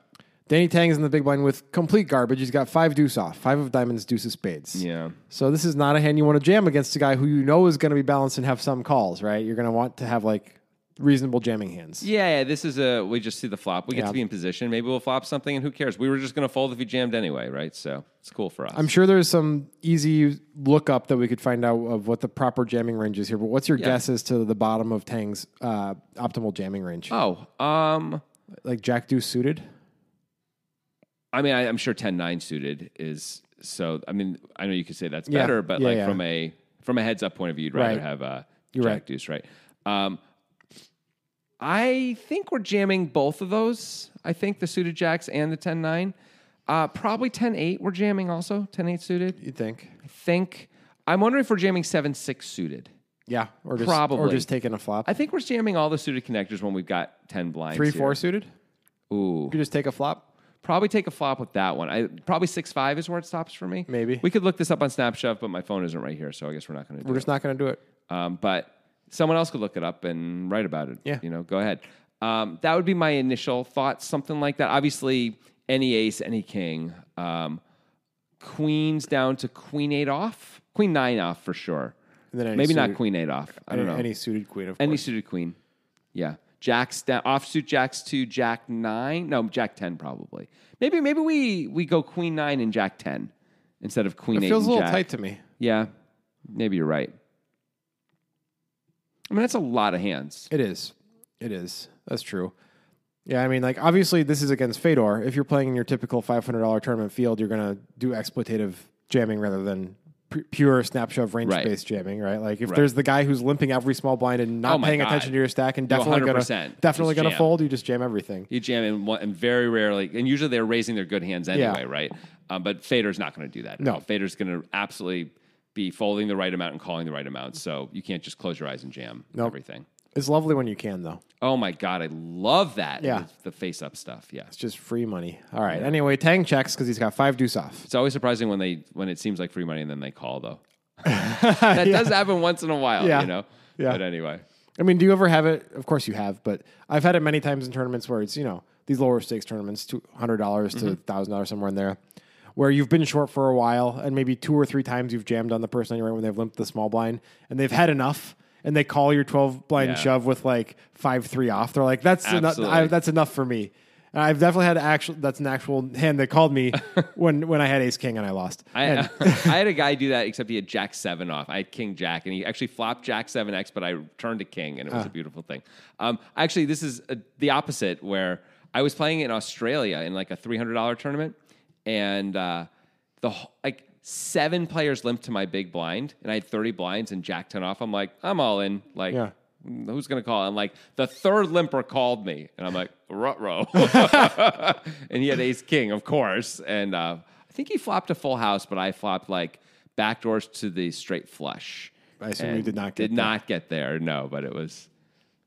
C: Danny Tang is in the big blind with complete garbage. He's got five deuce off, five of diamonds, deuce of spades.
A: Yeah.
C: So this is not a hand you want to jam against a guy who you know is going to be balanced and have some calls, right? You're going to want to have like reasonable jamming hands.
A: Yeah, yeah, this is a we just see the flop. We get
C: Yeah.
A: to be in position. Maybe we'll flop something, and who cares? We were just going to fold if he jammed anyway, right? So it's cool for us.
C: I'm sure there's some easy lookup that we could find out of what the proper jamming range is here. But what's your guess as to the bottom of Tang's uh, optimal jamming range?
A: oh, um,
C: like Jack Deuce suited.
A: I mean, I, I'm sure 10-9 suited is so. I mean, I know you could say that's
C: Yeah.
A: better, but
C: Yeah,
A: like
C: yeah.
A: from a from a heads up point of view, you'd rather
C: Right.
A: have a
C: You're
A: Jack
C: right.
A: Deuce, right? Um, I think we're jamming both of those. I think the suited jacks and the 10-9. Uh, probably 10-8 we're jamming also, 10-8 suited.
C: You think?
A: I think. I'm wondering if we're jamming 7-6 suited.
C: Yeah, or just or
A: Probably.
C: just taking a flop.
A: I think we're jamming all the suited connectors when we've got 10 blinds.
C: Three
A: here.
C: four suited.
A: Ooh.
C: You just take a flop.
A: Probably take a flop with that one. I Probably six five is where it stops for me.
C: Maybe.
A: We could look this up on Snapshot, but my phone isn't right here, so I guess we're not going to do
C: We're just not going to do it.
A: Um, but someone else could look it up and write about it.
C: Yeah.
A: You know, go ahead. Um, that would be my initial thoughts, something like that. Obviously, any ace, any king. Um, queens down to queen eight off, queen nine off for sure.
C: And then any
A: Maybe not
C: suited-
A: queen eight off. I don't know.
C: Any suited queen, of
A: Any
C: course.
A: suited queen. Yeah. Jacks down offsuit jacks two, jack nine. No, jack ten probably. Maybe maybe we we go queen nine and jack ten instead of queen
C: It
A: eight.
C: feels a
A: and
C: little
A: jack.
C: tight to me.
A: Yeah. Maybe you're right. I mean that's a lot of hands.
C: It is. It is. That's true. Yeah, I mean, like obviously this is against Fedor. If you're playing in your typical $500 tournament field, you're gonna do exploitative jamming rather than pu- pure snapshot range
A: Right.
C: based jamming, right? Like if there's the guy who's limping every small blind and not
A: Oh my
C: paying
A: God.
C: attention to your stack and definitely gonna
A: 100%
C: definitely
A: just
C: gonna
A: jam.
C: fold, you just jam everything.
A: You jam and, one, and very rarely, and usually they're raising their good hands anyway, right? Um, but Fader's not going to do that.
C: No.
A: Fader's going to absolutely be folding the right amount and calling the right amount. So you can't just close your eyes and jam everything.
C: It's lovely when you can though.
A: Oh my god, I love that.
C: Yeah.
A: The- the face up stuff. Yeah,
C: It's just free money. All right. Anyway, Tang checks because he's got five deuce off.
A: it's always surprising when they when it seems like free money and then they call though. that does happen once in a while.
C: Yeah.
A: You know.
C: Yeah.
A: But anyway,
C: I mean, do you ever have it? Of course you have, but I've had it many times in tournaments where it's, you know, these lower stakes tournaments, two hundred dollars
A: Mm-hmm.
C: to thousand dollars somewhere in there, where you've been short for a while and maybe two or three times you've jammed on the person on your right when they've limped the small blind and they've had enough and they call your twelve blind
A: Yeah.
C: shove with like five three off. They're like, That's enough
A: Absolutely.
C: I, that's enough for me. And I've definitely had actual that's an actual hand that called me when when I had Ace King and I lost.
A: I
C: And-
A: I had a guy do that except he had Jack Seven off. I had King Jack, and he actually flopped Jack Seven X, but I turned to King, and it was
C: Ah.
A: a beautiful thing. Um, actually, this is uh the opposite where I was playing in Australia in like a three hundred dollar tournament, and uh, the wh- like seven players limped to my big blind, and I had thirty blinds and Jack ten off. I'm like, I'm all in. Like,
C: Yeah.
A: who's gonna call? I'm like, the third limper called me, and I'm like, ruh-roh. and he had ace king, of course. And uh, I think he flopped a full house, but I flopped like backdoors to the straight flush.
C: I assume you
A: And
C: did not get
A: did
C: there.
A: not get there. No, but it was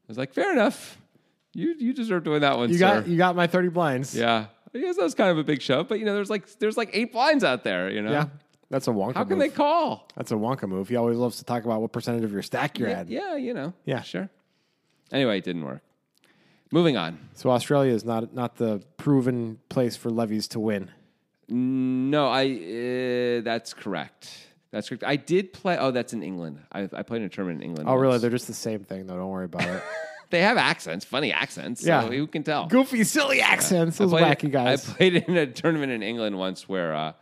A: I was like fair enough. You you deserve to win that one,
C: you
A: sir.
C: got you got my thirty blinds.
A: yeah, I guess that was kind of a big shove, but you know, there's like there's like eight blinds out there. You know,
C: Yeah. That's a Wonka
A: how can
C: move.
A: they call?
C: That's a Wonka move. He always loves to talk about what percentage of your stack you're
A: Yeah,
C: at.
A: yeah, you know.
C: Yeah.
A: sure. Anyway, it didn't work. Moving on.
C: So Australia is not not the proven place for levies to win.
A: No, I. Uh, that's correct. That's correct. I did play. Oh, that's in England. I, I played in a tournament in England.
C: Oh, really?
A: once.
C: They're just the same thing, though. Don't worry about it.
A: They have accents, funny accents.
C: Yeah.
A: Yeah, who can tell?
C: Goofy, silly accents. Those
A: I played-
C: wacky guys.
A: I played in a tournament in England once where uh,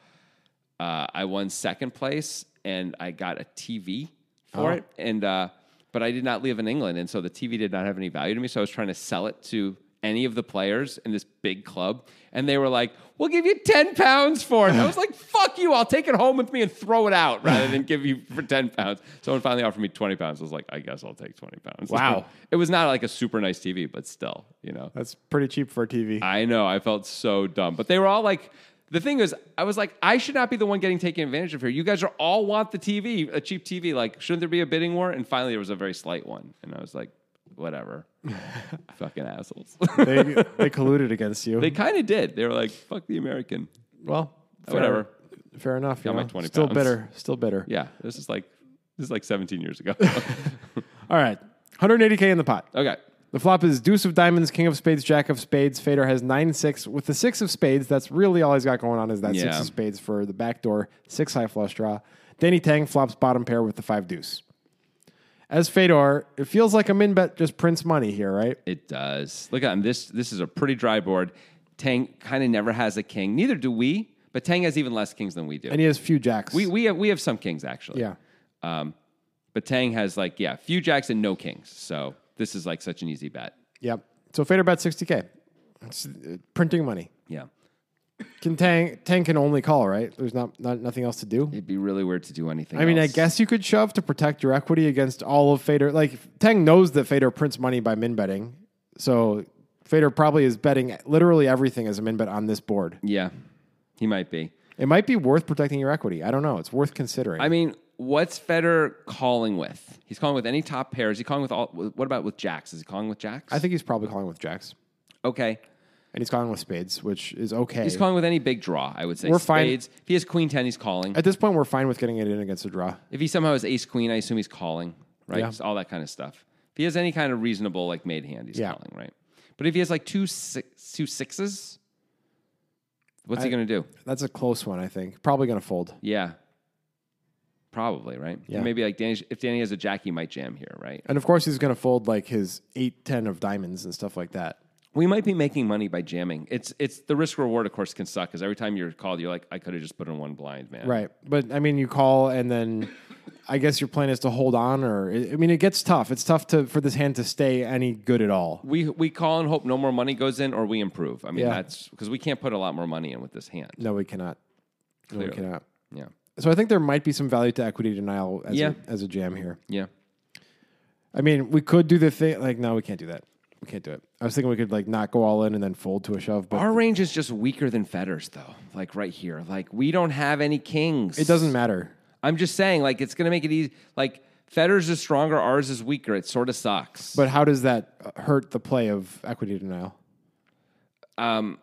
A: uh, I won second place and I got a TV for
C: Oh.
A: it, and uh, but I did not live in England, and so the TV did not have any value to me. So I was trying to sell it to any of the players in this big club, and they were like, "We'll give you ten pounds for it." I was like, "Fuck you! I'll take it home with me and throw it out rather than give you for ten pounds." Someone finally offered me twenty pounds. I was like, "I guess I'll take twenty pounds."
C: Wow.
A: it was not like a super nice TV, but still, you know.
C: That's pretty cheap for a TV.
A: I know. I felt so dumb. But they were all like, the thing is, I was like, I should not be the one getting taken advantage of here. You guys are all want the TV, a cheap TV. Like, shouldn't there be a bidding war? And finally, there was a very slight one, and I was like, whatever, fucking assholes.
C: they they colluded against you.
A: they kind of did. They were like, fuck the American.
C: well, fair-
A: Whatever.
C: Fair enough. you
A: Got my
C: know.
A: 20
C: Still
A: pounds.
C: bitter. Still bitter.
A: Yeah, this is like this is like 17 years ago.
C: All right. 180k in the pot.
A: okay.
C: The flop is deuce of diamonds, king of spades, jack of spades. Fader has nine six with the six of spades. That's really all he's got going on is that six
A: Yeah.
C: of spades for the backdoor six high flush draw. Danny Tang flops bottom pair with the five deuce. As Fedor, it feels like a min bet just prints money here, right?
A: It does. Look at him. This this is a pretty dry board. Tang kind of never has a king. Neither do we. But Tang has even less kings than we do.
C: And he has few jacks.
A: we we have we have some kings actually.
C: yeah,
A: But Tang has like, yeah, few jacks and no kings. So this is like such an easy bet.
C: yep. So Fedor bet sixty k. It's uh, printing money.
A: Yeah.
C: Can Tang Tang can only call, right? There's not, not nothing else to do.
A: It'd be really weird to do anything.
C: I mean, I
A: else.
C: guess you could shove to protect your equity against all of Fader. Like Tang knows that Fader prints money by min betting, so Fader probably is betting literally everything as a min bet on this board.
A: Yeah. He might be.
C: It might be worth protecting your equity. I don't know. It's worth considering.
A: I mean, what's Federer calling with? He's calling with any top pair. Is he calling with all? What about with jacks? Is he calling with jacks?
C: I think he's probably calling with jacks,
A: okay.
C: and he's calling with spades, which is okay.
A: He's calling with any big draw. I would say
C: We're fine.
A: spades. If he has queen ten, he's calling.
C: At this point, we're fine with getting it in against a draw.
A: If he somehow has ace queen, I assume he's calling, right?
C: Yeah.
A: Just all that kind of stuff. If he has any kind of reasonable like made hand, he's
C: Yeah.
A: calling, right? But if he has like two six, two sixes, what's he
C: I-
A: going to do?
C: That's a close one, I think. Probably going to fold.
A: Yeah, probably right.
C: Yeah.
A: Maybe like Danny, if Danny has a jack, he might jam here, right?
C: And of course, he's going to fold like his eight ten of diamonds and stuff like that.
A: We might be making money by jamming. It's it's the risk reward, of course, can suck because every time you're called, you're like, I could have just put in one blind, man.
C: Right. But I mean, you call and then I guess your plan is to hold on or I mean, it gets tough. It's tough to for this hand to stay any good at all.
A: We we call and hope no more money goes in, or we improve. I mean,
C: Yeah.
A: that's because we can't put a lot more money in with this hand.
C: No, we cannot. No, we
A: Clearly.
C: cannot.
A: Yeah,
C: So I think there might be some value to equity denial as,
A: Yeah.
C: a, as a jam here.
A: yeah.
C: I mean, we could do the thing like no, we can't do that. We can't do it. I was thinking we could like not go all in and then fold to a shove, but
A: Our range is just weaker than Federer's, though. Like right here, like we don't have any kings.
C: it doesn't matter.
A: I'm just saying, like it's gonna make it easy. Like Federer's is stronger, ours is weaker. It sort of sucks.
C: But how does that uh, hurt the play of equity denial?
A: Um,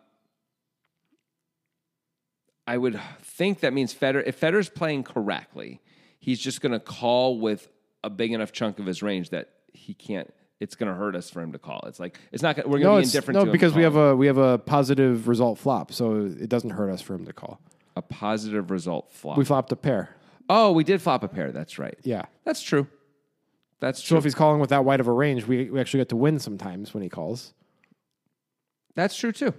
A: I would think that means Federer. If Federer's playing correctly, he's just going to call with a big enough chunk of his range that he can't. It's going to hurt us for him to call. It's like it's not. Gonna, we're going
C: No,
A: to be
C: it's,
A: indifferent.
C: no,
A: to him
C: because we have
A: calling.
C: a we have a positive result flop, so it doesn't hurt us for him to call.
A: a positive result flop.
C: We flopped a pair.
A: oh, we did flop a pair. That's right.
C: Yeah.
A: that's true. That's true.
C: So if he's calling with that wide of a range, we, we actually get to win sometimes when he calls.
A: That's true too.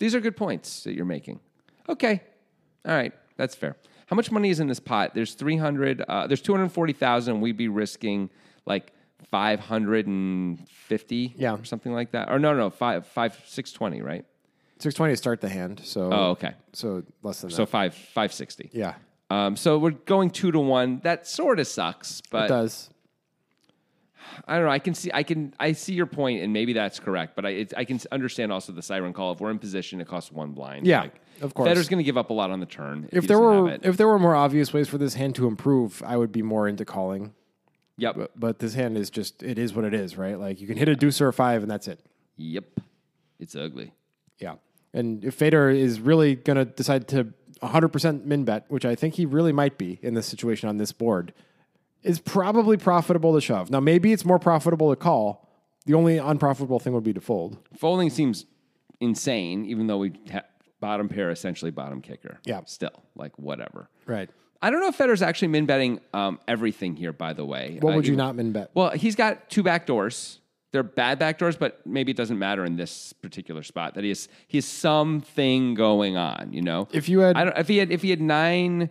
A: These are good points that you're making. Okay. All right. That's fair. How much money is in this pot? There's 300, uh, there's 240,000. We'd be risking like 550
C: Yeah.
A: or something like that. Or no, no, five, five, 620, right?
C: 620 to start the hand, so
A: Oh, okay.
C: so less than
A: So
C: that.
A: five, 560.
C: Yeah,
A: Um, so we're going two to one. That sort of sucks,
C: it
A: but
C: does.
A: I don't know. I can see. I can. I see your point, and maybe that's correct. But I, it's I can s- understand also the siren call. If we're in position, it costs one blind.
C: Yeah, of course.
A: Federer's going to give up a lot on the turn. If,
C: If
A: he
C: there
A: doesn't have
C: were
A: it.
C: if there were more obvious ways for this hand to improve, I would be more into calling.
A: yep,
C: But this hand is just it is what it is, right? Like you can hit a deuce or a five, and that's it.
A: yep, it's ugly.
C: Yeah. And if Fader is really going to decide to 100% min bet, which I think he really might be in this situation on this board, is probably profitable to shove. Now, maybe it's more profitable to call. The only unprofitable thing would be to fold.
A: Folding seems insane, even though we ha- bottom pair essentially bottom kicker.
C: Yeah.
A: still like whatever.
C: Right.
A: I don't know if Federer's actually min betting um, everything here. By the way,
C: What
A: Uh,
C: would you
A: even-
C: not min bet?
A: Well, he's got two back doors. They're bad back doors, but maybe it doesn't matter in this particular spot that he has he has something going on. You know,
C: If you had
A: I don't if he had if he had nine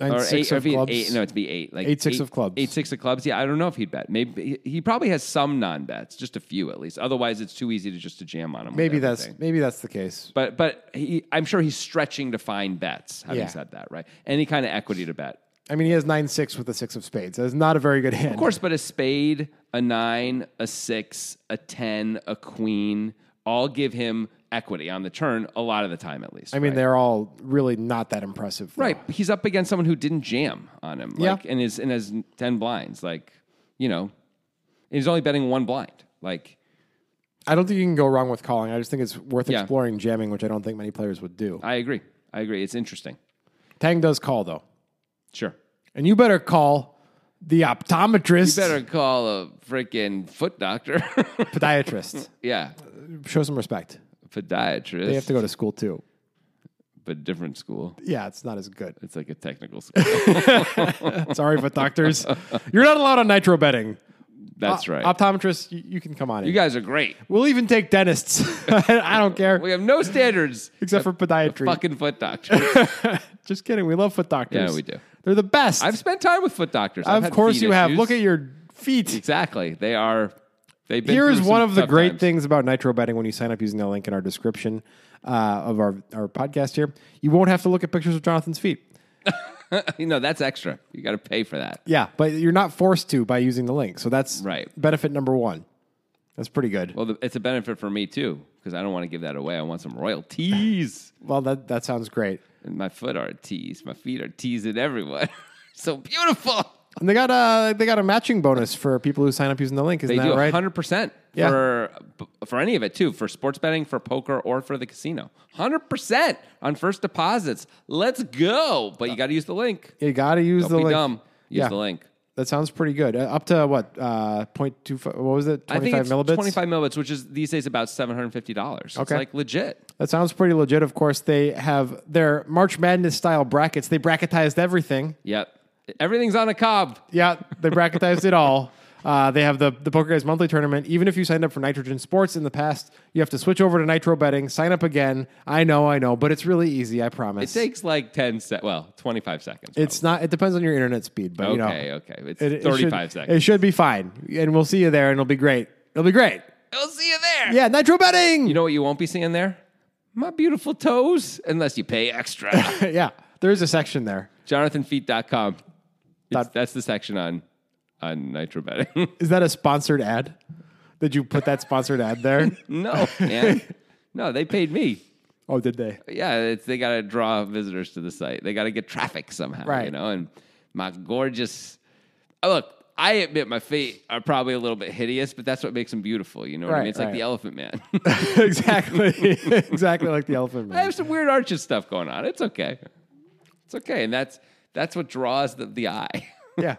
C: nine,
A: or
C: six
A: eight or
C: of
A: if he had
C: clubs,
A: eight. No, it'd be eight. Like
C: Eight, six of clubs.
A: Eight six of clubs. Yeah, I don't know if he'd bet. Maybe he he probably has some non bets, just a few at least. Otherwise, it's too easy to just to jam on him. with
C: maybe that's
A: everything.
C: maybe that's the case.
A: But but he, I'm sure he's stretching to find bets. Having
C: Yeah.
A: said that, right? Any kind of equity to bet,
C: I mean, he has nine six with a six of spades. That's not a very good hand.
A: of course. But a spade, a nine, a six, a ten, a queen, all give him equity on the turn a lot of the time, at least.
C: I mean,
A: right?
C: they're all really not that impressive. though.
A: Right. He's up against someone who didn't jam on him. Like,
C: Yeah.
A: And is and has ten blinds. Like, you know, and he's only betting one blind. Like,
C: I don't think you can go wrong with calling. I just think it's worth
A: Yeah.
C: exploring jamming, which I don't think many players would do.
A: I agree. I agree. It's interesting.
C: Tang does call though.
A: Sure.
C: And you better call the optometrist,
A: Better call a freaking foot doctor.
C: podiatrist.
A: yeah.
C: Show some respect.
A: Podiatrist.
C: They have to go to school too.
A: but different school.
C: Yeah, it's not as good.
A: It's like a technical school.
C: Sorry, but doctors, you're not allowed on nitro betting.
A: That's right.
C: Optometrists, you, you can come on in.
A: you guys are great.
C: we'll even take dentists. I, I don't care,
A: We have no standards
C: except for podiatry.
A: fucking foot doctors.
C: Just kidding. We love foot doctors.
A: Yeah, we do.
C: They're the best.
A: I've spent time with foot doctors. I've
C: of
A: had
C: course,
A: feet
C: you have.
A: issues.
C: Look at your feet.
A: Exactly. They are they've been
C: Here is
A: through some
C: one of the
A: tough
C: great
A: times.
C: things about nitro betting when you sign up using the link in our description uh, of our, our podcast here. You won't have to look at pictures of Jonathan's feet.
A: You know, that's extra. You got to pay for that.
C: Yeah, but you're not forced to by using the link. So that's
A: Right.
C: benefit number one. That's pretty good. Well,
A: Well, the, it's a benefit for me too because I don't want to give that away. I want some royalties.
C: that, that sounds great.
A: and my foot are a tease. My feet are teasing everyone. so beautiful.
C: And they got a they got a matching bonus for people who sign up using the link. Isn't
A: They
C: that
A: do
C: right?
A: hundred percent
C: Yeah.
A: for for any of it too, for sports betting, for poker, or for the casino. Hundred percent on first deposits. Let's go! But you got to use the link.
C: You got to use
A: Don't
C: the
A: be
C: link.
A: dumb. Use
C: Yeah.
A: the link.
C: That sounds pretty good. Uh, up to what? Uh, point two. What was it?
A: I
C: Twenty
A: think
C: five
A: it's
C: millibits.
A: twenty five millibits, which is these days about seven hundred fifty dollars. It's
C: Okay.
A: like legit.
C: That sounds pretty legit. Of course, they have their March Madness style brackets. They bracketized everything.
A: Yep. Everything's on a cob.
C: Yeah, they bracketized it all. Uh, they have the, the Poker Guys monthly tournament. Even if you signed up for Nitrogen Sports in the past, you have to switch over to Nitro Betting, sign up again. I know, I know, but it's really easy. I
A: It
C: promise.
A: takes like 10 sec well, 25 seconds.
C: it's not. It depends on your internet speed, but
A: probably.
C: you know,
A: okay, okay. It's
C: it- it should-
A: 35 seconds.
C: It should be fine, and we'll see you there, and it'll be great. It'll be great.
A: I'll see you there.
C: Yeah, Nitro Betting.
A: You know what you won't be seeing there? My beautiful toes, unless you pay extra.
C: yeah, there is a section there.
A: JonathanFeet.com. It's,
C: Dot-
A: that's the section on on nitro betting.
C: Is that a sponsored ad? Did you put that sponsored ad there?
A: no, man. No, they paid me.
C: Oh, did they?
A: yeah, it's, they got to draw visitors to the site. They got to get traffic somehow, you
C: Right.
A: know. And my gorgeous oh, look, I admit my feet are probably a little bit hideous, but that's what makes them beautiful. You know what I mean?
C: Right,
A: It's like
C: right.
A: the Elephant Man.
C: exactly. exactly like the elephant
A: I
C: man.
A: have some weird arches stuff going on. It's okay. It's okay, and that's that's what draws the, the eye.
C: Yeah.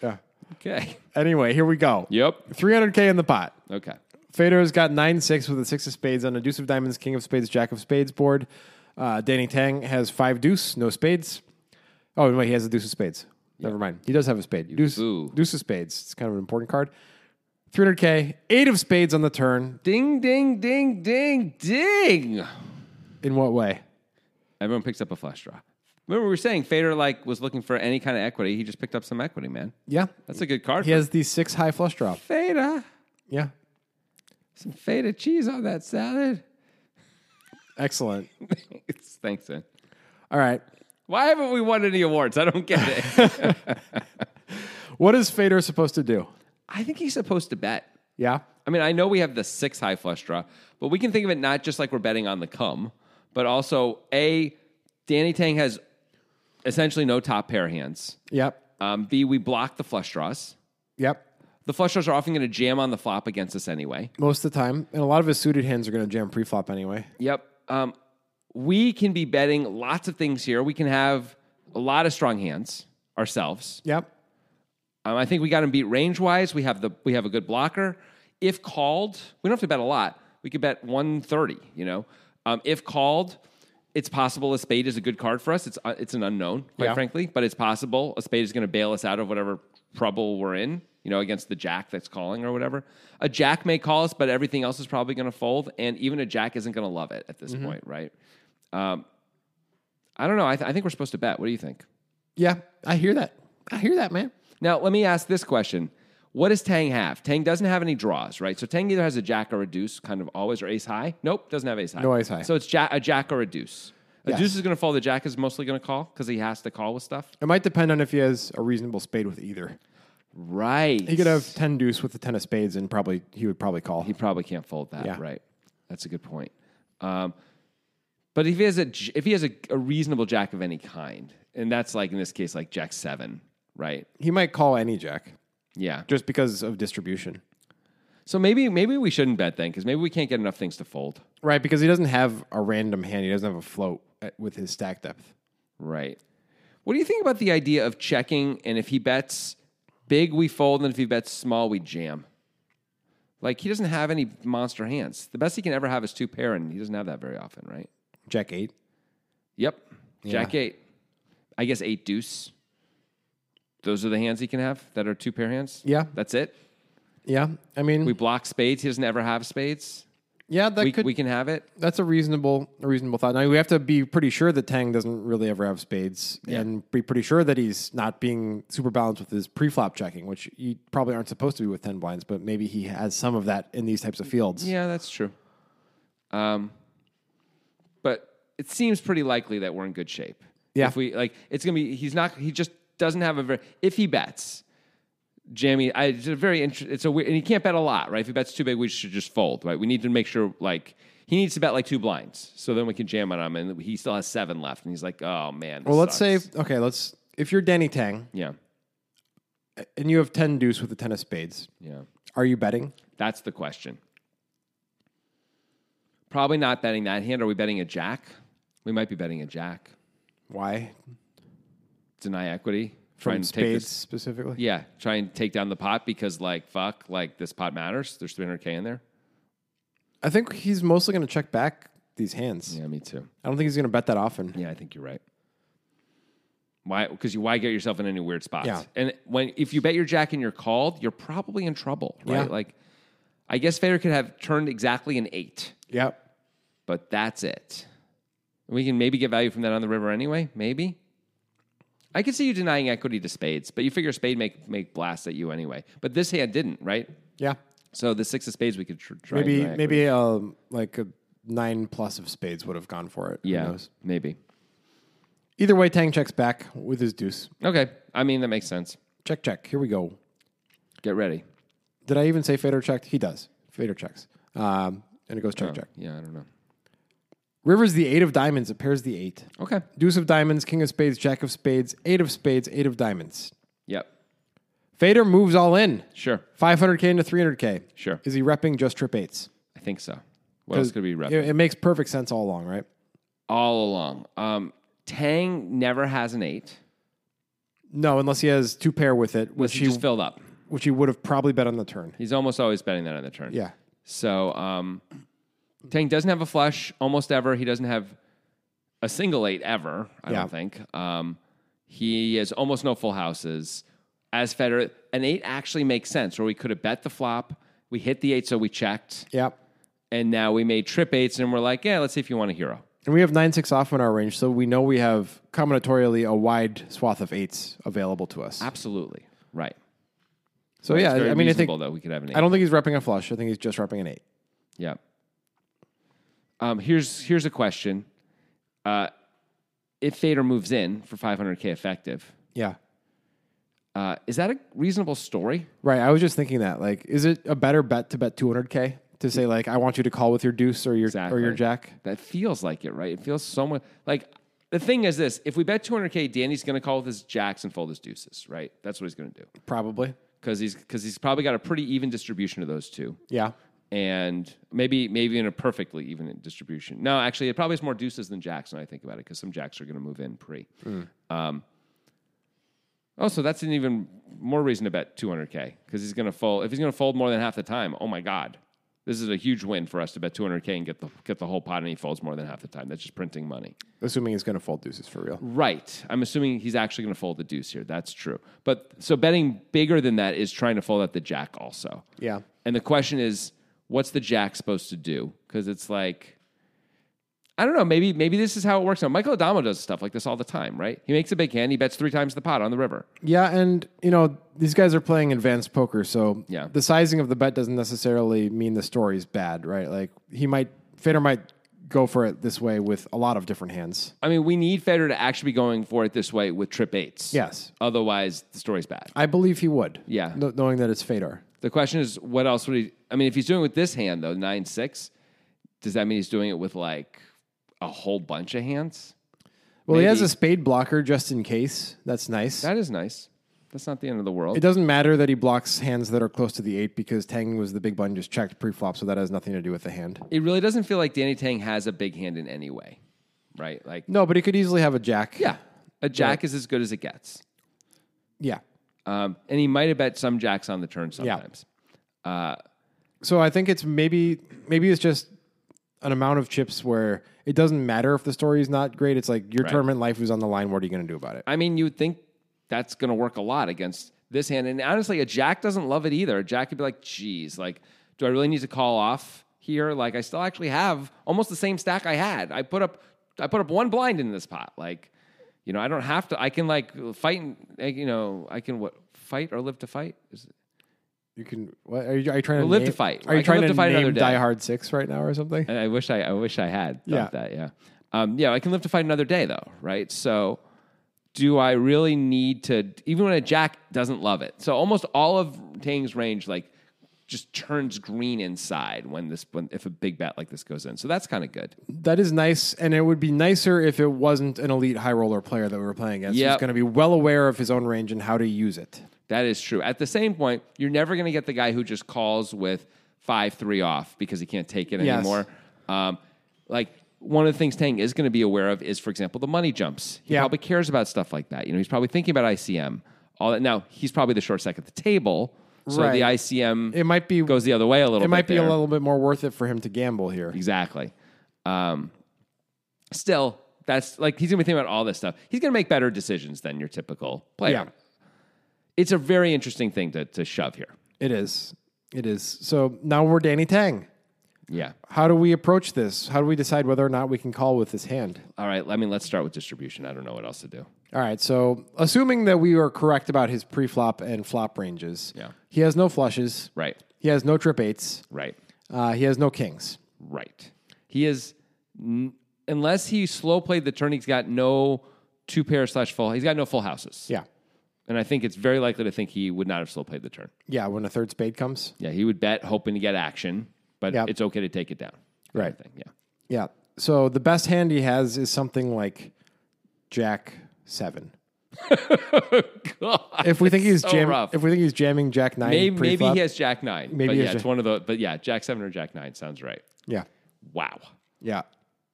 C: Yeah.
A: okay.
C: Anyway, here we go.
A: Yep.
C: 300K in the pot.
A: Okay.
C: Fader's got 9 6 with a 6 of spades on a deuce of diamonds, king of spades, jack of spades board. Uh, Danny Tang has 5 deuce, no spades. Oh, wait, he has a deuce of spades. Never mind. He does have a spade. Deuce,
A: boo.
C: deuce of spades. It's kind of an important card. 300K, 8 of spades on the turn.
A: Ding, ding, ding, ding, ding.
C: In what way?
A: Everyone picks up a flush draw. Remember, we were saying Fader like was looking for any kind of equity. He just picked up some equity, man.
C: Yeah.
A: That's a good card.
C: He has the 6 high flush drop.
A: Feta.
C: Yeah.
A: Some feta cheese on that salad.
C: Excellent.
A: It's, thanks, man.
C: All right.
A: Why haven't we won any awards? I don't get it.
C: What is Fader supposed to do?
A: I think he's supposed to bet.
C: Yeah.
A: I mean, I know we have the six high flush draw, but we can think of it not just like we're betting on the come, but also A, Danny Tang has essentially no top pair hands.
C: Yep.
A: Um, B, we block the flush draws.
C: Yep.
A: The flush draws are often going to jam on the flop against us anyway.
C: Most of the time. And a lot of his suited hands are going to jam preflop anyway.
A: Yep. Um, we can be betting lots of things here. We can have a lot of strong hands ourselves.
C: Yep.
A: Um, I think we got him beat range wise. We have the we have a good blocker. If called, we don't have to bet a lot. We could bet one thirty. You know, um, if called, it's possible a spade is a good card for us. It's uh, it's an unknown, quite
C: Yeah.
A: frankly, but it's possible a spade is going to bail us out of whatever trouble we're in. You know, against the jack that's calling or whatever. A jack may call us, but everything else is probably going to fold, and even a jack isn't going to love it at this point, right? Um, I don't know. I, th- I think we're supposed to bet. What do you think?
C: Yeah. I hear that. I hear that, man.
A: Now, let me ask this question. What does Tang have? Tang doesn't have any draws, right? So Tang either has a jack or a deuce, kind of always, or ace high. Nope, doesn't have ace high.
C: No ace high.
A: So it's ja- a jack or a deuce. A
C: Yes.
A: deuce is going to fold. The jack is mostly going to call because he has to call with stuff.
C: It might depend on if he has a reasonable spade with either.
A: Right.
C: He could have 10 deuce with the 10 of spades and probably he would probably call.
A: He probably can't fold that,
C: Yeah.
A: right? That's a good point. Um, but if he has a j- if he has a, a reasonable jack of any kind, and that's like in this case like jack seven, right?
C: He might call any jack
A: Yeah.
C: just because of distribution.
A: So maybe maybe we shouldn't bet then because maybe we can't get enough things to fold.
C: Right. Because he doesn't have a random hand. He doesn't have a float at- with his stack depth.
A: Right. What do you think about the idea of checking and if he bets big, we fold, and if he bets small, we jam? Like he doesn't have any monster hands. The best he can ever have is two pair, and he doesn't have that very often, right?
C: Jack eight.
A: Yep. Jack eight. I guess eight deuce. Those are the hands he can have that are two pair hands.
C: Yeah.
A: That's it.
C: Yeah. I mean,
A: We block spades. He doesn't ever have spades.
C: yeah, that
A: We,
C: could.
A: we can have it.
C: That's a reasonable, a reasonable thought. Now we have to be pretty sure that Tang doesn't really ever have spades, and be pretty sure that he's not being super balanced with his pre-flop checking, which you probably aren't supposed to be with ten blinds, but maybe he has some of that in these types of fields.
A: Yeah, that's true. Um, but it seems pretty likely that we're in good shape.
C: Yeah.
A: If we like, it's gonna be. He's not. He just doesn't have a very. If he bets, Jamie, I, it's a very interesting. It's a weird, and he can't bet a lot, right? If he bets too big, we should just fold, right? We need to make sure like. He needs to bet like two blinds, so then we can jam on him, and he still has seven left, and he's like, "Oh man."
C: Well, let's say okay, let's if you're Danny Tang
A: Yeah.
C: and you have 10 deuce with the 10 of spades,
A: Yeah.
C: are you betting?
A: That's the question. Probably not betting that hand. Are we betting a jack? We might be betting a jack.
C: Why?
A: Deny equity. Try
C: From
A: and take
C: spades
A: this-
C: specifically?
A: Yeah, try and take down the pot because, like, fuck, like this pot matters. There's 300k in there.
C: I think he's mostly going to check back these hands.
A: Yeah, me too.
C: I don't think he's going to bet that often.
A: Yeah, I think you're right. Why? Because you why get yourself in any weird spots?
C: Yeah.
A: And when if you bet your jack and you're called, you're probably in trouble, right?
C: Yeah.
A: Like, I guess Fader could have turned exactly an eight,
C: Yep.
A: but that's it. We can maybe get value from that on the river anyway. Maybe. I could see you denying equity to spades, but you figure spade make make blast at you anyway. But this hand didn't, right?
C: Yeah.
A: So the six of spades we could tr- try. and
C: Maybe
A: deny equity.
C: maybe um, like a nine plus of spades would have gone for it. Who
A: Yeah,
C: knows?
A: maybe.
C: Either way, Tang checks back with his deuce.
A: Okay, I mean that makes sense.
C: Check, check. Here we go.
A: Get ready.
C: Did I even say Fader checked? He does. Fader checks. Um, and it goes
A: Oh.
C: check, check.
A: Yeah, I don't know.
C: Rivers the eight of diamonds. It pairs the eight.
A: Okay.
C: Deuce of diamonds, king of spades, jack of spades, eight of spades, eight of diamonds.
A: Yep.
C: Fader moves all in.
A: Sure.
C: 500K into 300K.
A: Sure. Oh,
C: Is he repping just trip eights?
A: I think so. What else could we rep?
C: It, it makes perfect sense all along, right?
A: All along. Um, Tang never has an eight,
C: No, unless he has two pair with it,
A: which
C: which
A: he
C: he,
A: just filled up.
C: which he would have probably bet on the turn.
A: He's almost always betting that on the turn.
C: Yeah.
A: So um, Tang doesn't have a flush almost ever. He doesn't have a single eight ever, I
C: Yeah.
A: don't think. Um, he has almost no full houses. As Federer, an eight actually makes sense, or we could have bet the flop. We hit the eight, so we checked.
C: Yeah.
A: And now we made trip eights, and we're like, yeah, let's see if you want a hero.
C: And we have 9 6 off in our range, so we know we have combinatorially a wide swath of eights available to us.
A: Absolutely. Right.
C: So, yeah,
A: It's very
C: I mean, I think
A: reasonable, though. We could have an eight.
C: I don't think he's repping a flush. I think he's just repping an eight.
A: Yeah. Um, here's here's a question. Uh, if Fader moves in for 500k effective,
C: Yeah.
A: uh, is that a reasonable story?
C: Right. I was just thinking that. Like, is it a better bet to bet 200K to say, like, I want you to call with your deuce or your, or your
A: Exactly.
C: jack?
A: That feels like it, right? It feels so much like the thing is this: if we bet 200k, Danny's going to call with his jacks and fold his deuces, right? That's what he's going to do
C: Probably.
A: because he's because he's probably got a pretty even distribution of those two,
C: Yeah.
A: and maybe maybe in a perfectly even distribution. No, actually, it probably is more deuces than jacks when I think about it because some jacks are going to move in pre. Um, Oh, so that's an even more reason to bet 200K because he's going to fold. If he's going to fold more than half the time, oh my God. This is a huge win for us to bet 200K and get the, get the whole pot and he folds more than half the time. That's just printing money.
C: Assuming he's going to fold deuces for real.
A: Right. I'm assuming he's actually going to fold the deuce here. That's true. But so betting bigger than that is trying to fold out the jack also.
C: Yeah.
A: And the question is, what's the jack supposed to do? Because it's like, I don't know. Maybe maybe this is how it works now. Michael Adamo does stuff like this all the time, right? He makes a big hand. He bets three times the pot on the river.
C: Yeah, and you know these guys are playing advanced poker, so
A: Yeah.
C: the sizing of the bet doesn't necessarily mean the story is bad, right? Like he might Fader might go for it this way with a lot of different hands.
A: I mean, we need Federer to actually be going for it this way with trip eights.
C: Yes.
A: Otherwise, the story's bad.
C: I believe he would.
A: Yeah.
C: kno- knowing that it's Fader.
A: The question is, what else would he? I mean, if he's doing it with this hand though, nine six, does that mean he's doing it with like a whole bunch of hands?
C: Well, he has
A: Maybe.
C: a spade blocker just in case. That's nice.
A: That is nice. That's not the end of the world.
C: it doesn't matter that he blocks hands that are close to the eight because Tang was the big button just checked pre-flop, so that has nothing to do with the hand.
A: It really doesn't feel like Danny Tang has a big hand in any way, right? Like,
C: No, but he could easily have a jack.
A: yeah, a jack is as good as it gets.
C: yeah.
A: Um, and he might have bet some jacks on the turn sometimes.
C: So I think it's maybe maybe it's just an amount of chips where it doesn't matter if the story is not great. It's like your tournament life is on the line. What are you going to do about it?
A: I mean, you would think that's going to work a lot against this hand. And honestly, a jack doesn't love it either. A jack could be like, geez, like, do I really need to call off here? Like, I still actually have almost the same stack I had. I put up, I put up one blind in this pot. Like, you know, I don't have to. I can like fight and like, you know, I can what fight or live to fight. Is it-
C: You can. What, are, you, are you trying to
A: live
C: name-
A: to fight.
C: Are you
A: I can
C: trying
A: live
C: to,
A: to fight
C: name
A: another day.
C: Die Hard Six right now or something?
A: And I wish I, I wish I had
C: Yeah.
A: thought that. Yeah, um, yeah. I can live to fight another day though, right? So, do I really need to? Even when a jack doesn't love it, so almost all of Tang's range like just turns green inside when this when if a big bat like this goes in. So that's kind of good.
C: That is nice, and it would be nicer if it wasn't an elite high roller player that we were playing against. He's
A: Yep.
C: going to be well aware of his own range and how to use it.
A: That is true. At the same point, you're never going to get the guy who just calls with five three off because he can't take it
C: Yes.
A: anymore. Um, like one of the things Tang is going to be aware of is, for example, the money jumps. He
C: Yeah.
A: probably cares about stuff like that. You know, he's probably thinking about ICM. All that. Now he's probably the short stack at the table, so
C: Right.
A: the ICM
C: It might be
A: goes the other way a little. bit
C: It might be
A: there.
C: a little bit more worth it for him to gamble here.
A: Exactly. Um, still, that's like he's gonna be thinking about all this stuff. He's gonna make better decisions than your typical player.
C: Yeah.
A: It's a very interesting thing to, to shove here.
C: It is. It is. So now we're Danny Tang.
A: Yeah.
C: How do we approach this? How do we decide whether or not we can call with this hand?
A: All right. I mean, let's start with distribution. I don't know what else to do.
C: All right. So assuming that we are correct about his pre-flop and flop ranges,
A: Yeah.
C: he has no flushes.
A: Right.
C: He has no trip eights.
A: Right.
C: Uh, he has no kings.
A: Right. He is, n- unless he slow played the turn, he's got no two pair slash full. He's got no full houses.
C: Yeah.
A: And I think it's very likely to think he would not have slow played the turn.
C: Yeah. When a third spade comes.
A: Yeah. He would bet hoping to get action, but
C: Yeah.
A: it's okay to take it down.
C: Right.
A: Kind of thing. Yeah.
C: Yeah. So the best hand he has is something like Jack seven. If we think he's
A: so
C: jamming,
A: rough.
C: if we think he's jamming Jack nine,
A: Maybe, maybe
C: pre-flop,
A: he has Jack Nine.
C: Maybe
A: but
C: he
A: yeah,
C: has
A: it's
C: Jack-
A: one of the. But yeah, Jack Seven or Jack Nine sounds right.
C: yeah,
A: Wow.
C: yeah.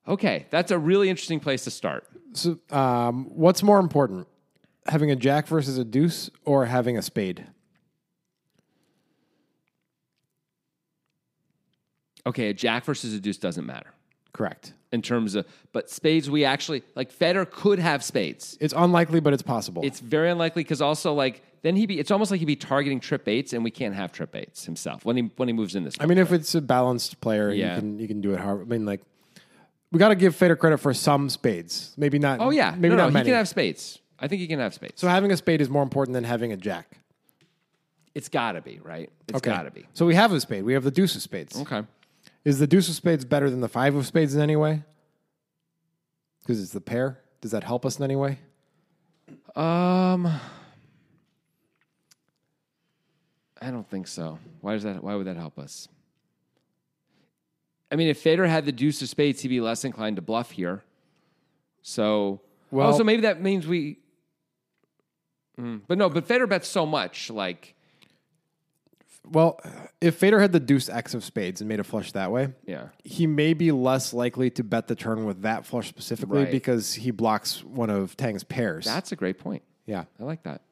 A: Okay, that's a really interesting place to start.
C: So, um, what's more important, having a Jack versus a Deuce or having a Spade?
A: Okay, a Jack versus a Deuce doesn't matter
C: Correct.
A: in terms of, but spades we actually like. Federer could have spades.
C: It's unlikely, but it's possible.
A: It's very unlikely because also like then he be. It's almost like he'd be targeting trip eights, and we can't have trip eights himself when he when he moves in this.
C: I mean, if it's a balanced player,
A: Yeah.
C: you can you can do it hard. I mean, like we got to give Fader credit for some spades. Maybe not.
A: oh yeah,
C: maybe
A: no, no,
C: not
A: he
C: many.
A: can have spades. I think he can have spades.
C: so having a spade is more important than having a Jack.
A: it's got to be right. It's
C: Okay.
A: got to be.
C: So we have a spade. We have the deuce of spades.
A: Okay.
C: Is the deuce of spades better than the five of spades in any way? Because it's the pair. Does that help us in any way?
A: Um, I don't think so. Why does that? Why would that help us? I mean, if Fader had the deuce of spades, he'd be less inclined to bluff here. So,
C: Well-
A: also maybe that means we. Mm, but no, but Fader bets so much. Like,
C: Well, if Fader had the deuce X of spades and made a flush that way,
A: yeah,
C: he may be less likely to bet the turn with that flush specifically
A: Right.
C: because he blocks one of Tang's pairs.
A: that's a great point.
C: yeah.
A: I like that.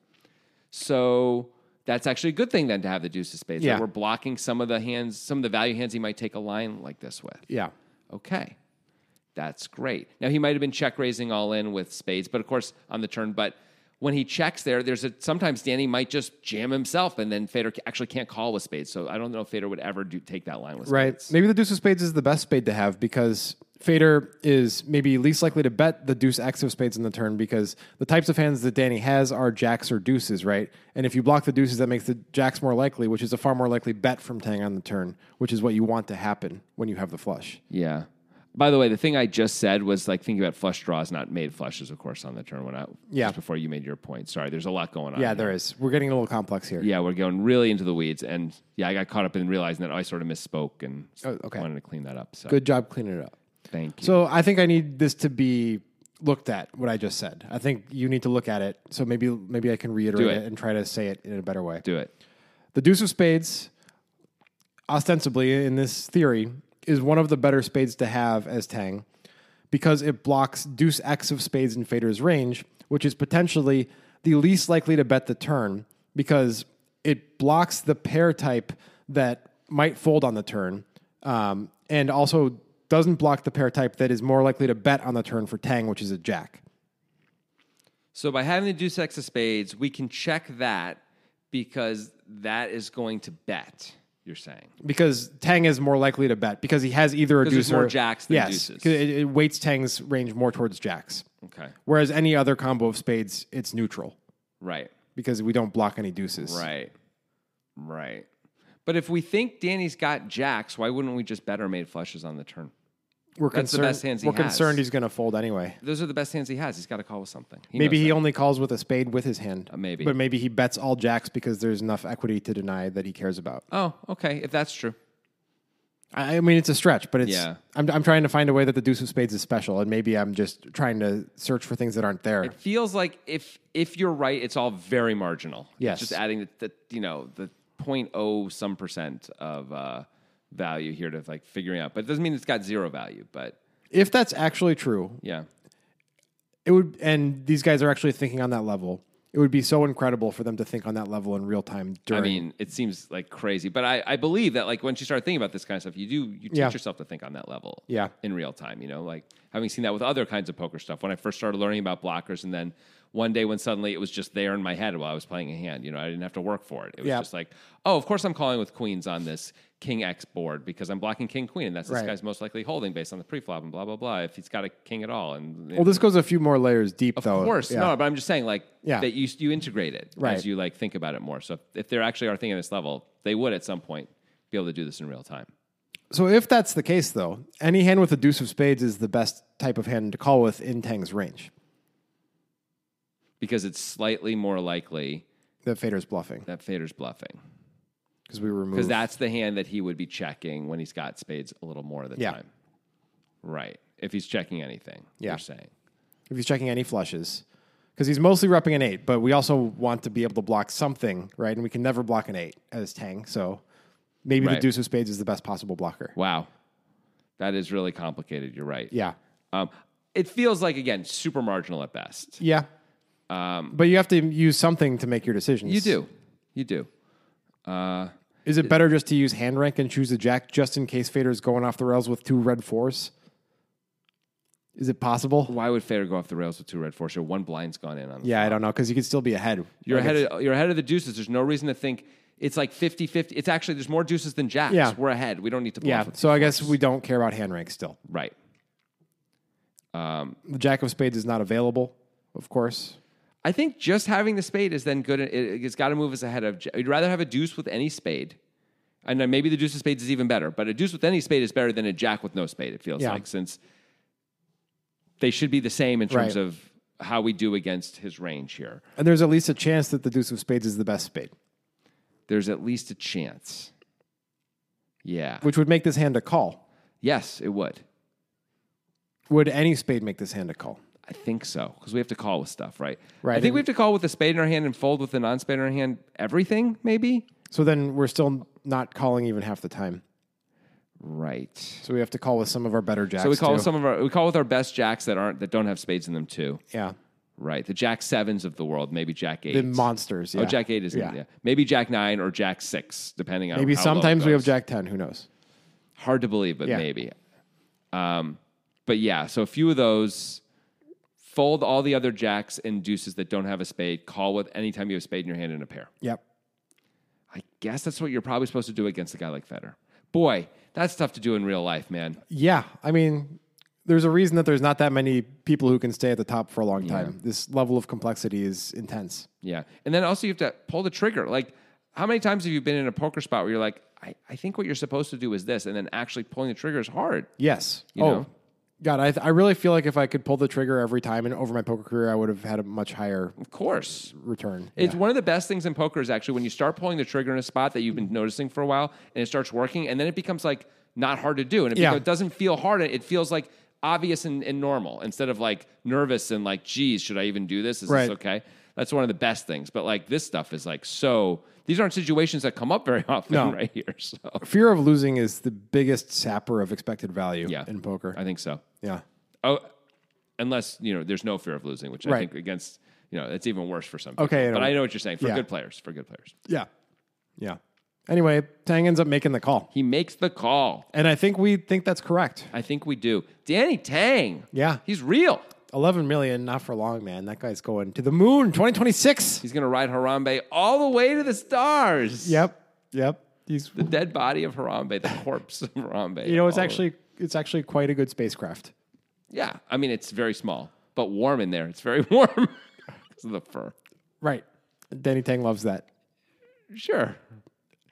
A: So that's actually a good thing then to have the deuce of spades. that
C: Yeah.
A: we're blocking some of the hands, some of the value hands he might take a line like this with.
C: Yeah.
A: Okay. That's great. Now he might have been check raising all in with spades, but of course on the turn. But when he checks there, there's a sometimes Danny might just jam himself, and then Fader ca- actually can't call with spades. So I don't know if Fader would ever do take that line with
C: Right.
A: spades.
C: Maybe the deuce of spades is the best spade to have because Fader is maybe least likely to bet the deuce X of spades in the turn because the types of hands that Danny has are jacks or deuces, right? And if you block the deuces, that makes the jacks more likely, which is a far more likely bet from Tang on the turn, which is what you want to happen when you have the flush.
A: Yeah. By the way, the thing I just said was like thinking about flush draws, not made flushes, of course, on the turn when I
C: Yeah.
A: just before you made your point. Sorry, there's a lot going on.
C: Yeah,
A: here.
C: there is. We're getting a little complex here.
A: Yeah, we're going really into the weeds, and yeah, I got caught up in realizing that I sort of misspoke and
C: Oh, okay.
A: wanted to clean that up. So
C: Good job cleaning it up.
A: thank you.
C: So I think I need this to be looked at what I just said. I think you need to look at it. So maybe maybe I can reiterate
A: it.
C: it and try to say it in a better way.
A: Do it.
C: The deuce of spades, ostensibly in this theory, is one of the better spades to have as Tang because it blocks deuce X of spades in Fader's range, which is potentially the least likely to bet the turn because it blocks the pair type that might fold on the turn um, and also doesn't block the pair type that is more likely to bet on the turn for Tang, which is a jack.
A: So by having the deuce x of spades, we can check that because that is going to bet. You're saying
C: because Tang is more likely to bet because he has either a
A: Because there's
C: deuce or
A: more jacks than
C: yes,
A: deuces.
C: 'cause It, it weights Tang's range more towards jacks,
A: okay,
C: whereas any other combo of spades, it's neutral
A: right,
C: because we don't block any deuces.
A: right, right. But if we think Danny's got jacks, why wouldn't we just bet our made flushes on the turn?
C: We're
A: That's the
C: concerned.
A: best hands he
C: we're
A: has.
C: concerned he's going to fold anyway.
A: Those are the best hands he has. He's got to call with something.
C: Maybe
A: knows
C: he
A: that. Uh,
C: only calls with a spade with his hand.
A: maybe.
C: But maybe he bets all jacks because there's enough equity to deny that he cares about.
A: Oh, okay. If that's true,
C: I I mean, it's a stretch, but it's.
A: Yeah.
C: I'm, I'm trying to find a way that the deuce of spades is special, and maybe I'm just trying to search for things that aren't there.
A: it feels like if if you're right, it's all very marginal. It's
C: Yes.
A: just adding the, the you know the 0.0 some percent of uh, value here to like figuring out, but it doesn't mean it's got zero value. But
C: if that's actually true,
A: yeah,
C: it would. And these guys are actually thinking on that level. It would be so incredible for them to think on that level in real time during.
A: I mean, it seems like crazy, but I, I believe that like once you start thinking about this kind of stuff, you do you teach
C: Yeah.
A: yourself to think on that level.
C: Yeah.
A: In real time, you know, like having seen that with other kinds of poker stuff. When I first started learning about blockers, and then one day when suddenly it was just there in my head while I was playing a hand, you know, I didn't have to work for it. It was
C: Yeah.
A: just like, oh, of course I'm calling with queens on this king X board because I'm blocking king queen, and that's this
C: Right.
A: guy's most likely holding based on the preflop and blah blah blah. If he's got a king at all, and
C: well, this goes a few more layers deep, though.
A: of course,
C: Yeah.
A: no, but I'm just saying, like,
C: Yeah.
A: that you you integrate it
C: Right.
A: as you like think about it more. So if they actually are thinking this level, they would at some point be able to do this in real time.
C: So if that's the case, though, any hand with a deuce of spades is the best type of hand to call with in Tang's range.
A: Because it's slightly more likely
C: That Fader's bluffing
A: that Fader's bluffing.
C: because we remove.
A: Because that's the hand that he would be checking when he's got spades a little more of the
C: Yeah.
A: time. Right. If he's checking anything,
C: Yeah.
A: you're saying.
C: if he's checking any flushes, because he's mostly repping an eight, but we also want to be able to block something, right? And we can never block an eight as Tang. So maybe the
A: Right.
C: deuce of spades is the best possible blocker.
A: Wow. That is really complicated. You're right.
C: Yeah.
A: Um, it feels like, again, super marginal at best.
C: Yeah. but you have to use something to make your decisions.
A: Um, You do. You do. Uh,
C: Is it better just to use hand rank and choose a jack just in case Fader's going off the rails with two red fours? Is it possible?
A: Why would Fader go off the rails with two red four? So one blind's gone in on.
C: Yeah, I don't know because you could still be ahead.
A: You're
C: Like,
A: ahead of you're ahead of the deuces. There's no reason to think it's like 50-50. It's actually there's more deuces than jacks.
C: Yeah.
A: We're ahead. We don't need to bluff.
C: Yeah,
A: with
C: so
A: these
C: I guess
A: fours.
C: we don't care about hand rank still.
A: right.
C: The jack of spades is not available, of course.
A: I think just having the spade is then good. It, it's got to move us ahead of. ja- You'd rather have a deuce with any spade, and then maybe the deuce of spades is even better. But a deuce with any spade is better than a jack with no spade. It feels
C: Yeah.
A: like since they should be the same in terms
C: Right.
A: of how we do against his range here.
C: And there's at least a chance that the deuce of spades is the best spade,
A: There's at least a chance. Yeah.
C: which would make this hand a call.
A: Yes, it would.
C: Would any spade make this hand a call?
A: I think so because we have to call with stuff, right?
C: Right,
A: I think
C: and-
A: we have to call with a spade in our hand and fold with a non-spade in our hand. Everything, maybe.
C: So then we're still not calling even half the time.
A: Right.
C: So we have to call with some of our better jacks.
A: So we call
C: too.
A: with some of our we call with our best jacks that aren't that don't have spades in them too.
C: Yeah.
A: Right. The jack sevens of the world, maybe jack eight.
C: The monsters. Yeah.
A: Oh, jack eight is yeah.
C: Yeah.
A: yeah. Maybe jack nine or jack six, depending on
C: Maybe
A: how low it
C: sometimes we have
A: goes.
C: jack 10. Who knows?
A: Hard to believe, but
C: Yeah.
A: maybe. Um, but yeah, so a few of those. Fold all the other jacks and deuces that don't have a spade. Call with anytime you have a spade in your hand and a pair.
C: Yep.
A: I guess that's what you're probably supposed to do against a guy like Federer. Boy, that's tough to do in real life, man.
C: Yeah. I mean, there's a reason that there's not that many people who can stay at the top for a long time. This level of complexity is intense.
A: Yeah. And then also you have to pull the trigger. Like, how many times have you been in a poker spot where you're like, I, I think what you're supposed to do is this, and then actually pulling the trigger is hard.
C: Yes.
A: You
C: oh,
A: know?
C: God. I, th- I really feel like if I could pull the trigger every time and over my poker career, I would have had a much higher
A: Of course.
C: return.
A: It's one of the best things in poker is actually when you start pulling the trigger in a spot that you've been noticing for a while and it starts working, and then it becomes like not hard to do. And it,
C: Yeah.
A: beco- it doesn't feel hard. It feels like obvious and, and normal instead of like nervous and like, geez, should I even do this? Is
C: Right.
A: this okay? That's one of the best things. But like this stuff is like so, these aren't situations that come up very often
C: No.
A: right here. So
C: Fear of losing is the biggest sapper of expected value
A: yeah.
C: in poker.
A: I think so.
C: yeah.
A: Oh, unless, you know, there's no fear of losing, which I
C: Right.
A: think against, you know, it's even worse for some people.
C: Okay, I
A: But
C: know.
A: I know what you're saying for
C: Yeah.
A: good players, for good players.
C: Yeah. Yeah. Anyway, Tang ends up making the call.
A: He makes the call.
C: And I think we think that's correct.
A: I think we do. Danny Tang.
C: Yeah.
A: He's real.
C: 11 million, not for long, man. That guy's going to the moon 2026.
A: He's going to ride Harambe all the way to the stars.
C: Yep. Yep. He's
A: The dead body of Harambe, the corpse of Harambe.
C: you know, it's
A: All
C: actually it's actually quite a good spacecraft.
A: over. Yeah. I mean, it's very small, but warm in there. It's very warm because of the fur.
C: Right. Danny Tang loves that.
A: Sure.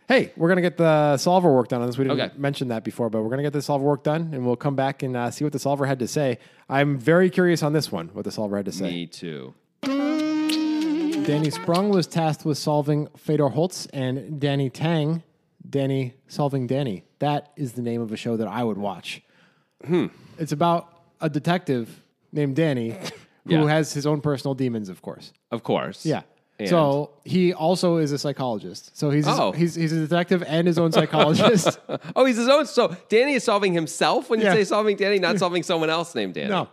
C: Hey, we're gonna get the solver work done on this. We didn't
A: Okay.
C: mention that before, but we're gonna get the solver work done, and we'll come back and uh, see what the solver had to say. I'm very curious on this one, what the solver had to say.
A: Me too.
C: Danny Sprung was tasked with solving Fedor Holtz and Danny Tang, Danny solving Danny. That is the name of a show that I would watch.
A: Hmm.
C: It's about a detective named Danny who
A: Yeah.
C: has his own personal demons, of course.
A: Of course.
C: Yeah.
A: And-
C: So he also is a psychologist. So he's
A: Oh.
C: he's he's a detective and his own psychologist.
A: Oh, he's his own. So Danny is solving himself when you
C: Yeah.
A: say solving Danny, not solving someone else named Danny.
C: No.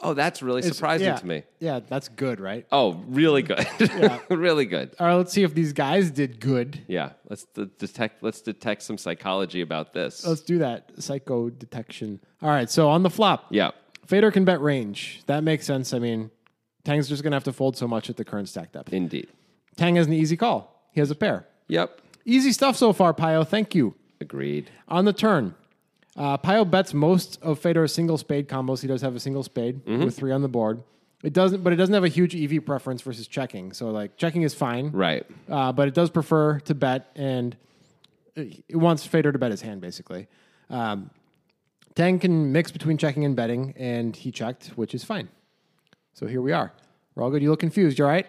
A: Oh, that's really surprising
C: yeah.
A: to me.
C: Yeah, that's good, right?
A: Oh, really good. really good.
C: All right, let's see if these guys did good.
A: Yeah. Let's de- detect. Let's detect some psychology about this.
C: Let's do that psycho detection. All right, so on the flop.
A: yeah.
C: Fader can bet range. That makes sense. I mean, Tang's just going to have to fold so much at the current stack depth.
A: Indeed.
C: Tang has an easy call. He has a pair.
A: Yep.
C: Easy stuff so far, Pio. Thank you.
A: Agreed.
C: On the turn, uh, Pio bets most of Fedor's single spade combos. He does have a single spade with three on the board. It doesn't, but it doesn't have a huge EV preference versus checking. So like checking is fine,
A: Right.
C: Uh, but it does prefer to bet, and it wants Fedor to bet his hand basically. Um, Tang can mix between checking and betting, and he checked, which is fine. So here we are. We're all good. You look confused. You all right?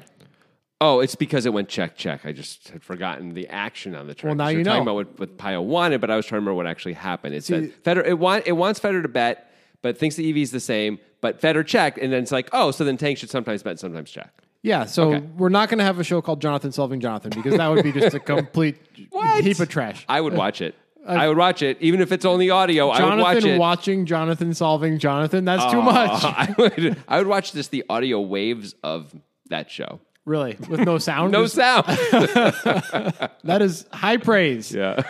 A: Oh, it's because it went check check. I just had forgotten the action on the turn.
C: Well, now
A: 'Cause you're
C: you
A: talking
C: know.
A: about what, what Pio wanted, but I was trying to remember what actually happened. It said Federer. It, want, it wants Federer to bet, but thinks the EV is the same. But Federer checked, and then it's like, oh, so then Tank should sometimes bet, sometimes check.
C: Yeah. So
A: Okay.
C: we're not going to have a show called Jonathan Solving Jonathan because that would be just a complete
A: What?
C: heap of trash.
A: I would watch it. I would watch it, even if it's only audio. I would watch
C: Jonathan
A: it.
C: watching Jonathan solving Jonathan. That's too much.
A: I would. I would watch just the audio waves of that show.
C: Really. With no sound.
A: No
C: Just-
A: sound.
C: That is high praise.
A: yeah.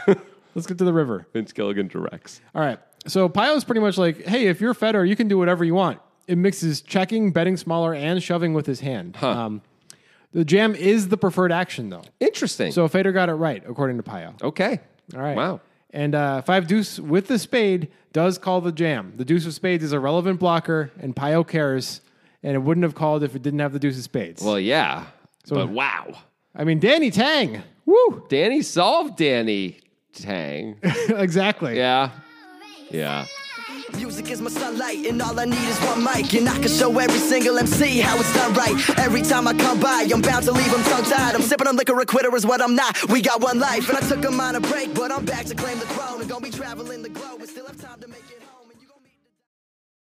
C: Let's get to the river.
A: Vince Gilligan directs.
C: All right. So Pio's pretty much like, hey, if you're Federer, you can do whatever you want. It mixes checking, betting smaller, and shoving with his hand. Um, the jam is the preferred action, though.
A: Interesting.
C: So Federer got it right, according to Pio.
A: okay.
C: All right.
A: Wow.
C: And uh, five deuce with the spade does call the jam. The deuce of spades is a relevant blocker, and Pio cares, and it wouldn't have called if it didn't have the deuce of spades.
A: Well, yeah. but wow.
C: I mean, Danny Tang. Woo!
A: Danny solved Danny Tang.
C: exactly.
A: Yeah. Yeah.
B: Music is my sunlight, and all I need is one mic. And I can show every single MC how it's done right. Every time I come by, I'm bound to leave them tongue tied. I'm sipping on liquor, a quitter is what I'm not. We got one life, and I took a minor break, but I'm back to claim the throne. And gonna be traveling the globe, and still have time to make.